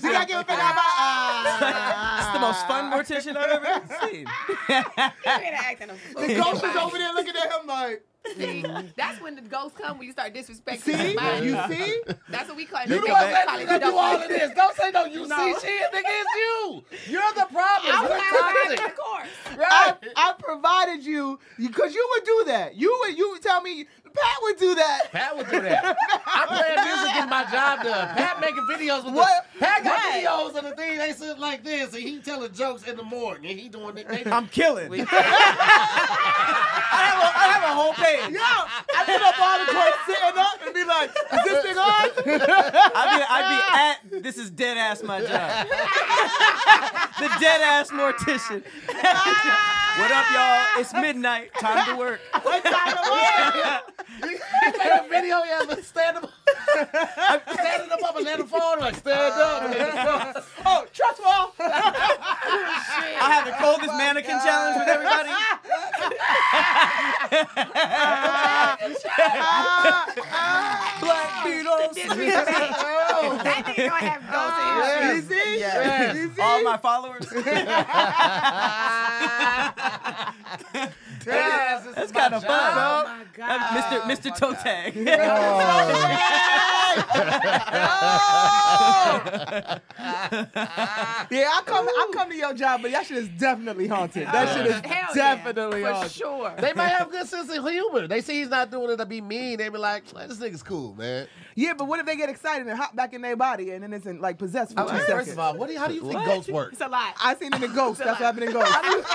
S2: Did I give a uh, finger out my
S4: It's the most fun mortician I've ever seen.
S5: You ain't acting a fool.
S2: The ghost is over there looking at him like,
S5: See, that's when the ghosts come when you start disrespecting
S2: see?
S5: somebody.
S2: You see?
S5: That's what we call it.
S1: You the
S5: That's
S1: one
S5: what we call
S1: that
S5: it.
S1: that do all of this. Don't say no. You
S5: No.
S1: see shit, nigga. It's you. You're the problem.
S5: I'm
S1: You're
S5: outside
S1: toxic.
S5: the course.
S2: I,
S1: Right.
S2: I provided you because you would do that. You would you would tell me Pat would do that.
S1: Pat would do that. I'm playing music getting my job done. Pat making videos with
S2: What?
S1: the Pat got
S2: Right.
S1: videos of the thing they sit like this and he telling jokes in the morning and he doing it. They,
S4: I'm killing. I, have a, I have a whole page.
S2: I get up all the court sitting up and be like, is this thing on?
S4: I'd be, I'd be at this is dead ass my job. the dead ass mortician. what up, y'all? It's midnight. Time to work.
S1: take a video yeah, but stand up, standing up up and let him fall like stand up. And let him fall.
S2: Oh, trust fall.
S4: I have the
S1: Oh
S4: coldest mannequin challenge with everybody.
S1: uh,
S4: Black Beatles.
S5: Oh. That nigga gonna have goals
S1: uh,
S5: in his
S2: You see?
S1: Yeah.
S2: You see?
S4: All my followers.
S1: Yes, this is
S4: That's
S1: my
S4: kind of fun,
S1: job. Oh
S4: dog. Mr. Mr. Toe Tag.
S2: Yeah, I come, I come to your job, but that shit is definitely haunted. That
S1: Uh.
S2: shit is
S5: Hell yeah,
S2: definitely
S5: for
S2: haunted.
S5: sure.
S1: They might have good sense of humor. They see he's not doing it to be mean. They be like, "Man, this nigga's cool, man.
S2: Yeah, but what if they get excited and hop back in their body and then it's in, like possessed for two
S1: First
S2: seconds?
S1: of all, what do you, how do you think ghosts work?
S5: It's a lot.
S2: I seen it in Ghost. That's what happened in Ghost. That's
S1: Ghosts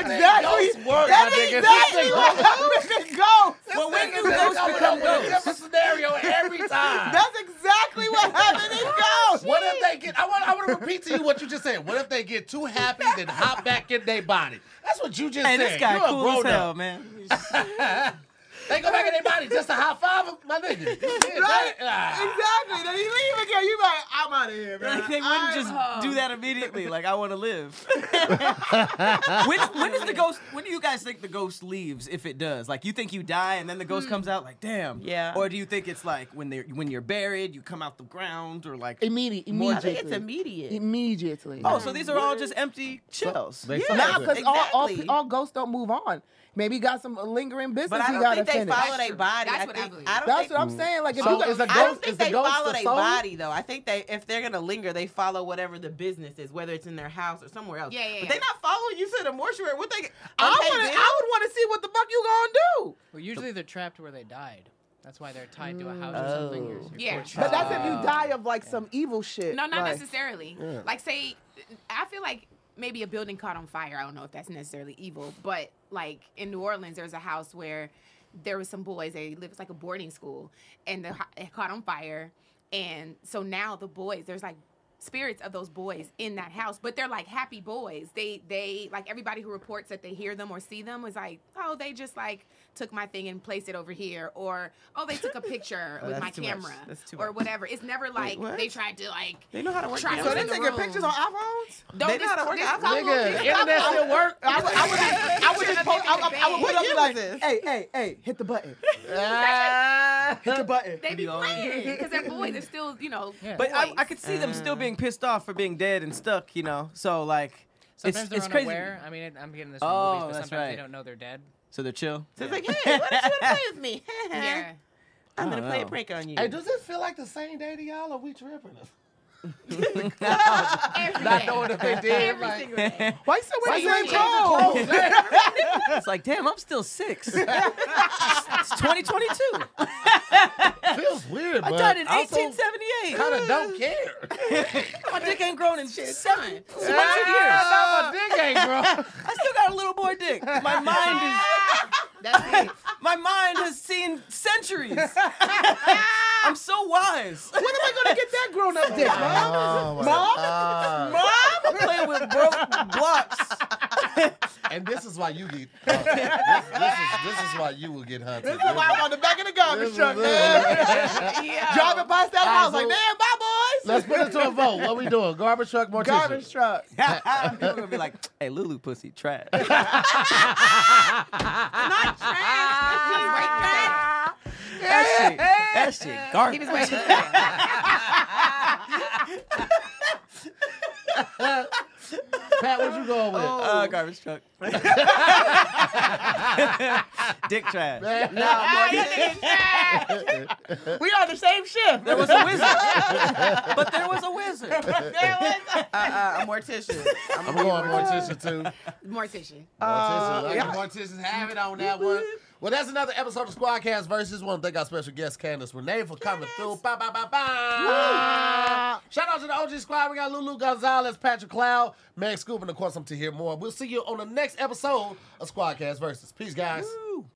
S2: exactly.
S1: work,
S2: That's
S1: my nigga.
S2: exactly what happened in Ghost.
S4: But when do
S1: They
S4: ghosts
S1: come
S4: become
S1: up with a
S4: ghosts?
S1: different scenario every time.
S2: That's exactly what happened in Ghost.
S1: What if they get? I want. I want to repeat to you what you just said. What if they get too happy, then hop back in their body? That's what you just
S4: And
S1: said.
S4: this guy
S1: You're
S4: cool
S1: a
S4: as
S1: grown
S4: hell,
S1: up.
S4: man.
S1: They go back in their body just to high five my nigga. Yeah,
S2: Right?
S1: that- ah.
S2: Exactly. Then he leave again. You like, I'm out of here, man.
S4: Like they wouldn't just do that immediately. Like I want to live. when when is the ghost? When do you guys think the ghost leaves? If it does, like you think you die and then the ghost comes out, like damn.
S3: Yeah.
S4: Or do you think it's like when they are when you're buried, you come out the ground, or like
S2: Immediate,
S3: I think it's immediate.
S2: immediately.
S4: oh, so these are all just empty chills.
S1: They
S2: yeah,
S1: fuck
S2: nah,
S1: with
S2: because
S1: it.
S2: all, all,
S3: Exactly.
S2: all ghosts don't move on. Maybe he got some lingering business
S3: But I
S2: he
S3: don't
S2: got
S3: think
S2: to
S3: they
S2: finish.
S3: follow their body.
S5: That's
S3: I
S5: what I
S3: think
S5: believe.
S3: I don't
S2: That's
S3: think
S2: what I'm saying. Like,
S1: Mm.
S2: if
S1: So
S2: you
S1: is a
S3: I don't
S1: ghost- is
S3: think
S1: the
S3: they
S1: ghost
S3: follow
S1: the
S3: their
S1: soul?
S3: body though. I think they if they're gonna linger, they follow whatever the business is, whether it's in their house or somewhere else.
S5: Yeah, yeah,
S3: But
S5: yeah.
S3: they're not following you to the mortuary. What they?
S2: I,
S3: Okay,
S2: wanna,
S3: bitch.
S2: I would want to see what the fuck you gonna do.
S6: Well, usually they're trapped where they died. That's why they're tied to a house or something. You're- you're
S5: Yeah.
S6: fortunate.
S2: But that's
S1: Ah.
S2: if you die of like some evil shit.
S5: No, not
S2: like,
S5: necessarily. Like, say, I feel like maybe a building caught on fire. I don't know if that's necessarily evil, but like in New Orleans, there's a house where there was some boys. They lived it's like a boarding school, and the, hou- it caught on fire. And so now the boys, there's like spirits of those boys in that house, but they're like happy boys. They they like everybody who reports that they hear them or see them is like, oh, they just like took my thing and placed it over here, or oh, they took a picture with my
S4: that's too much.
S5: camera,
S4: That's too
S5: or
S4: much.
S5: whatever. It's never like
S4: what?
S5: they tried to like.
S4: They know how to work.
S5: Try
S4: these
S5: to
S2: So
S5: was
S2: they're
S5: in the
S2: taking
S5: room.
S2: pictures on iPhones.
S5: Don't
S4: They know how to work
S5: this
S4: out.
S1: Nigga, internet still work.
S2: I would, I would, I would just post, I, would- I would put it up and be like,
S3: What year was
S2: hey, hey, hey, hit the button, hit the button.
S5: They be
S4: Be on.
S5: playing because they're boys. They're still, you know.
S6: Yeah.
S4: But I, I
S5: boys.
S4: could see them still being pissed off for being dead and stuck, you know. So like,
S6: Sometimes
S4: it's,
S6: they're
S4: it's crazy.
S6: unaware. I mean, it, I'm getting this from
S4: Oh,
S6: movies, but
S4: that's
S6: sometimes
S4: right.
S6: they don't know they're dead.
S4: So they're chill.
S3: So it's like, hey, why don't you wanna play with me?
S5: Yeah.
S3: I'm gonna
S4: I
S3: play a
S4: don't
S3: prank on you.
S1: Hey, does this feel like the same day to y'all, or we tripping?
S5: Every
S1: Not
S5: day.
S1: knowing if they did.
S5: Every
S1: Like,
S5: single day.
S2: Why you still wearing
S1: you
S2: the same
S1: ain't wearing
S2: clothes?
S1: clothes, man?
S4: It's like, damn, I'm still six. it's 2022.
S1: feels weird,
S4: I
S1: but
S4: died in
S1: also
S4: 1878.
S1: Kind of don't care.
S4: My dick ain't grown in seven. It's about two years.
S1: Ah, my dick ain't grown.
S4: I still got a little boy dick. My mind
S3: That's it.
S4: is my mind has seen centuries. I'm so wise.
S2: When am I gonna get that grown up dick, mom?
S1: Mom,
S4: Mom, I'm playing with broke blocks.
S1: and this is why you get. uh, this, this is this is why you will get hunted.
S2: That's why I'm on the back of the garbage truck, man.
S5: Yeah.
S2: Driving past that house, like,
S1: so-
S2: damn, bye, boys.
S1: Let's put it to a vote. What we doing? Garbage truck, mortician.
S2: Garbage truck.
S4: People gonna be like, "Hey, Lulu, pussy, trash."
S5: Ah.
S4: That shit, that shit,
S5: He
S4: garbage.
S5: was waiting. for that.
S1: Pat, what you going with?
S4: Uh, garbage truck. Dick trash.
S3: Ah.
S2: We on the same shift.
S4: There was a wizard, but there was a wizard.
S3: Uh, uh, a mortician. I'm
S1: I'm
S3: gonna be a
S1: going mortician too.
S5: Mortician.
S1: Mortician. I think morticians have it on that one. Well, that's another episode of Squadcast versus. Want to thank our special guest Candace Renee for coming through. Ba ba ba ba. Shout out to the OG Squad. We got Lulu Gonzalez, Patrick Cloud, Meg Scoop, and of course I'm to hear more. We'll see you on the next episode of Squadcast versus. Peace, guys.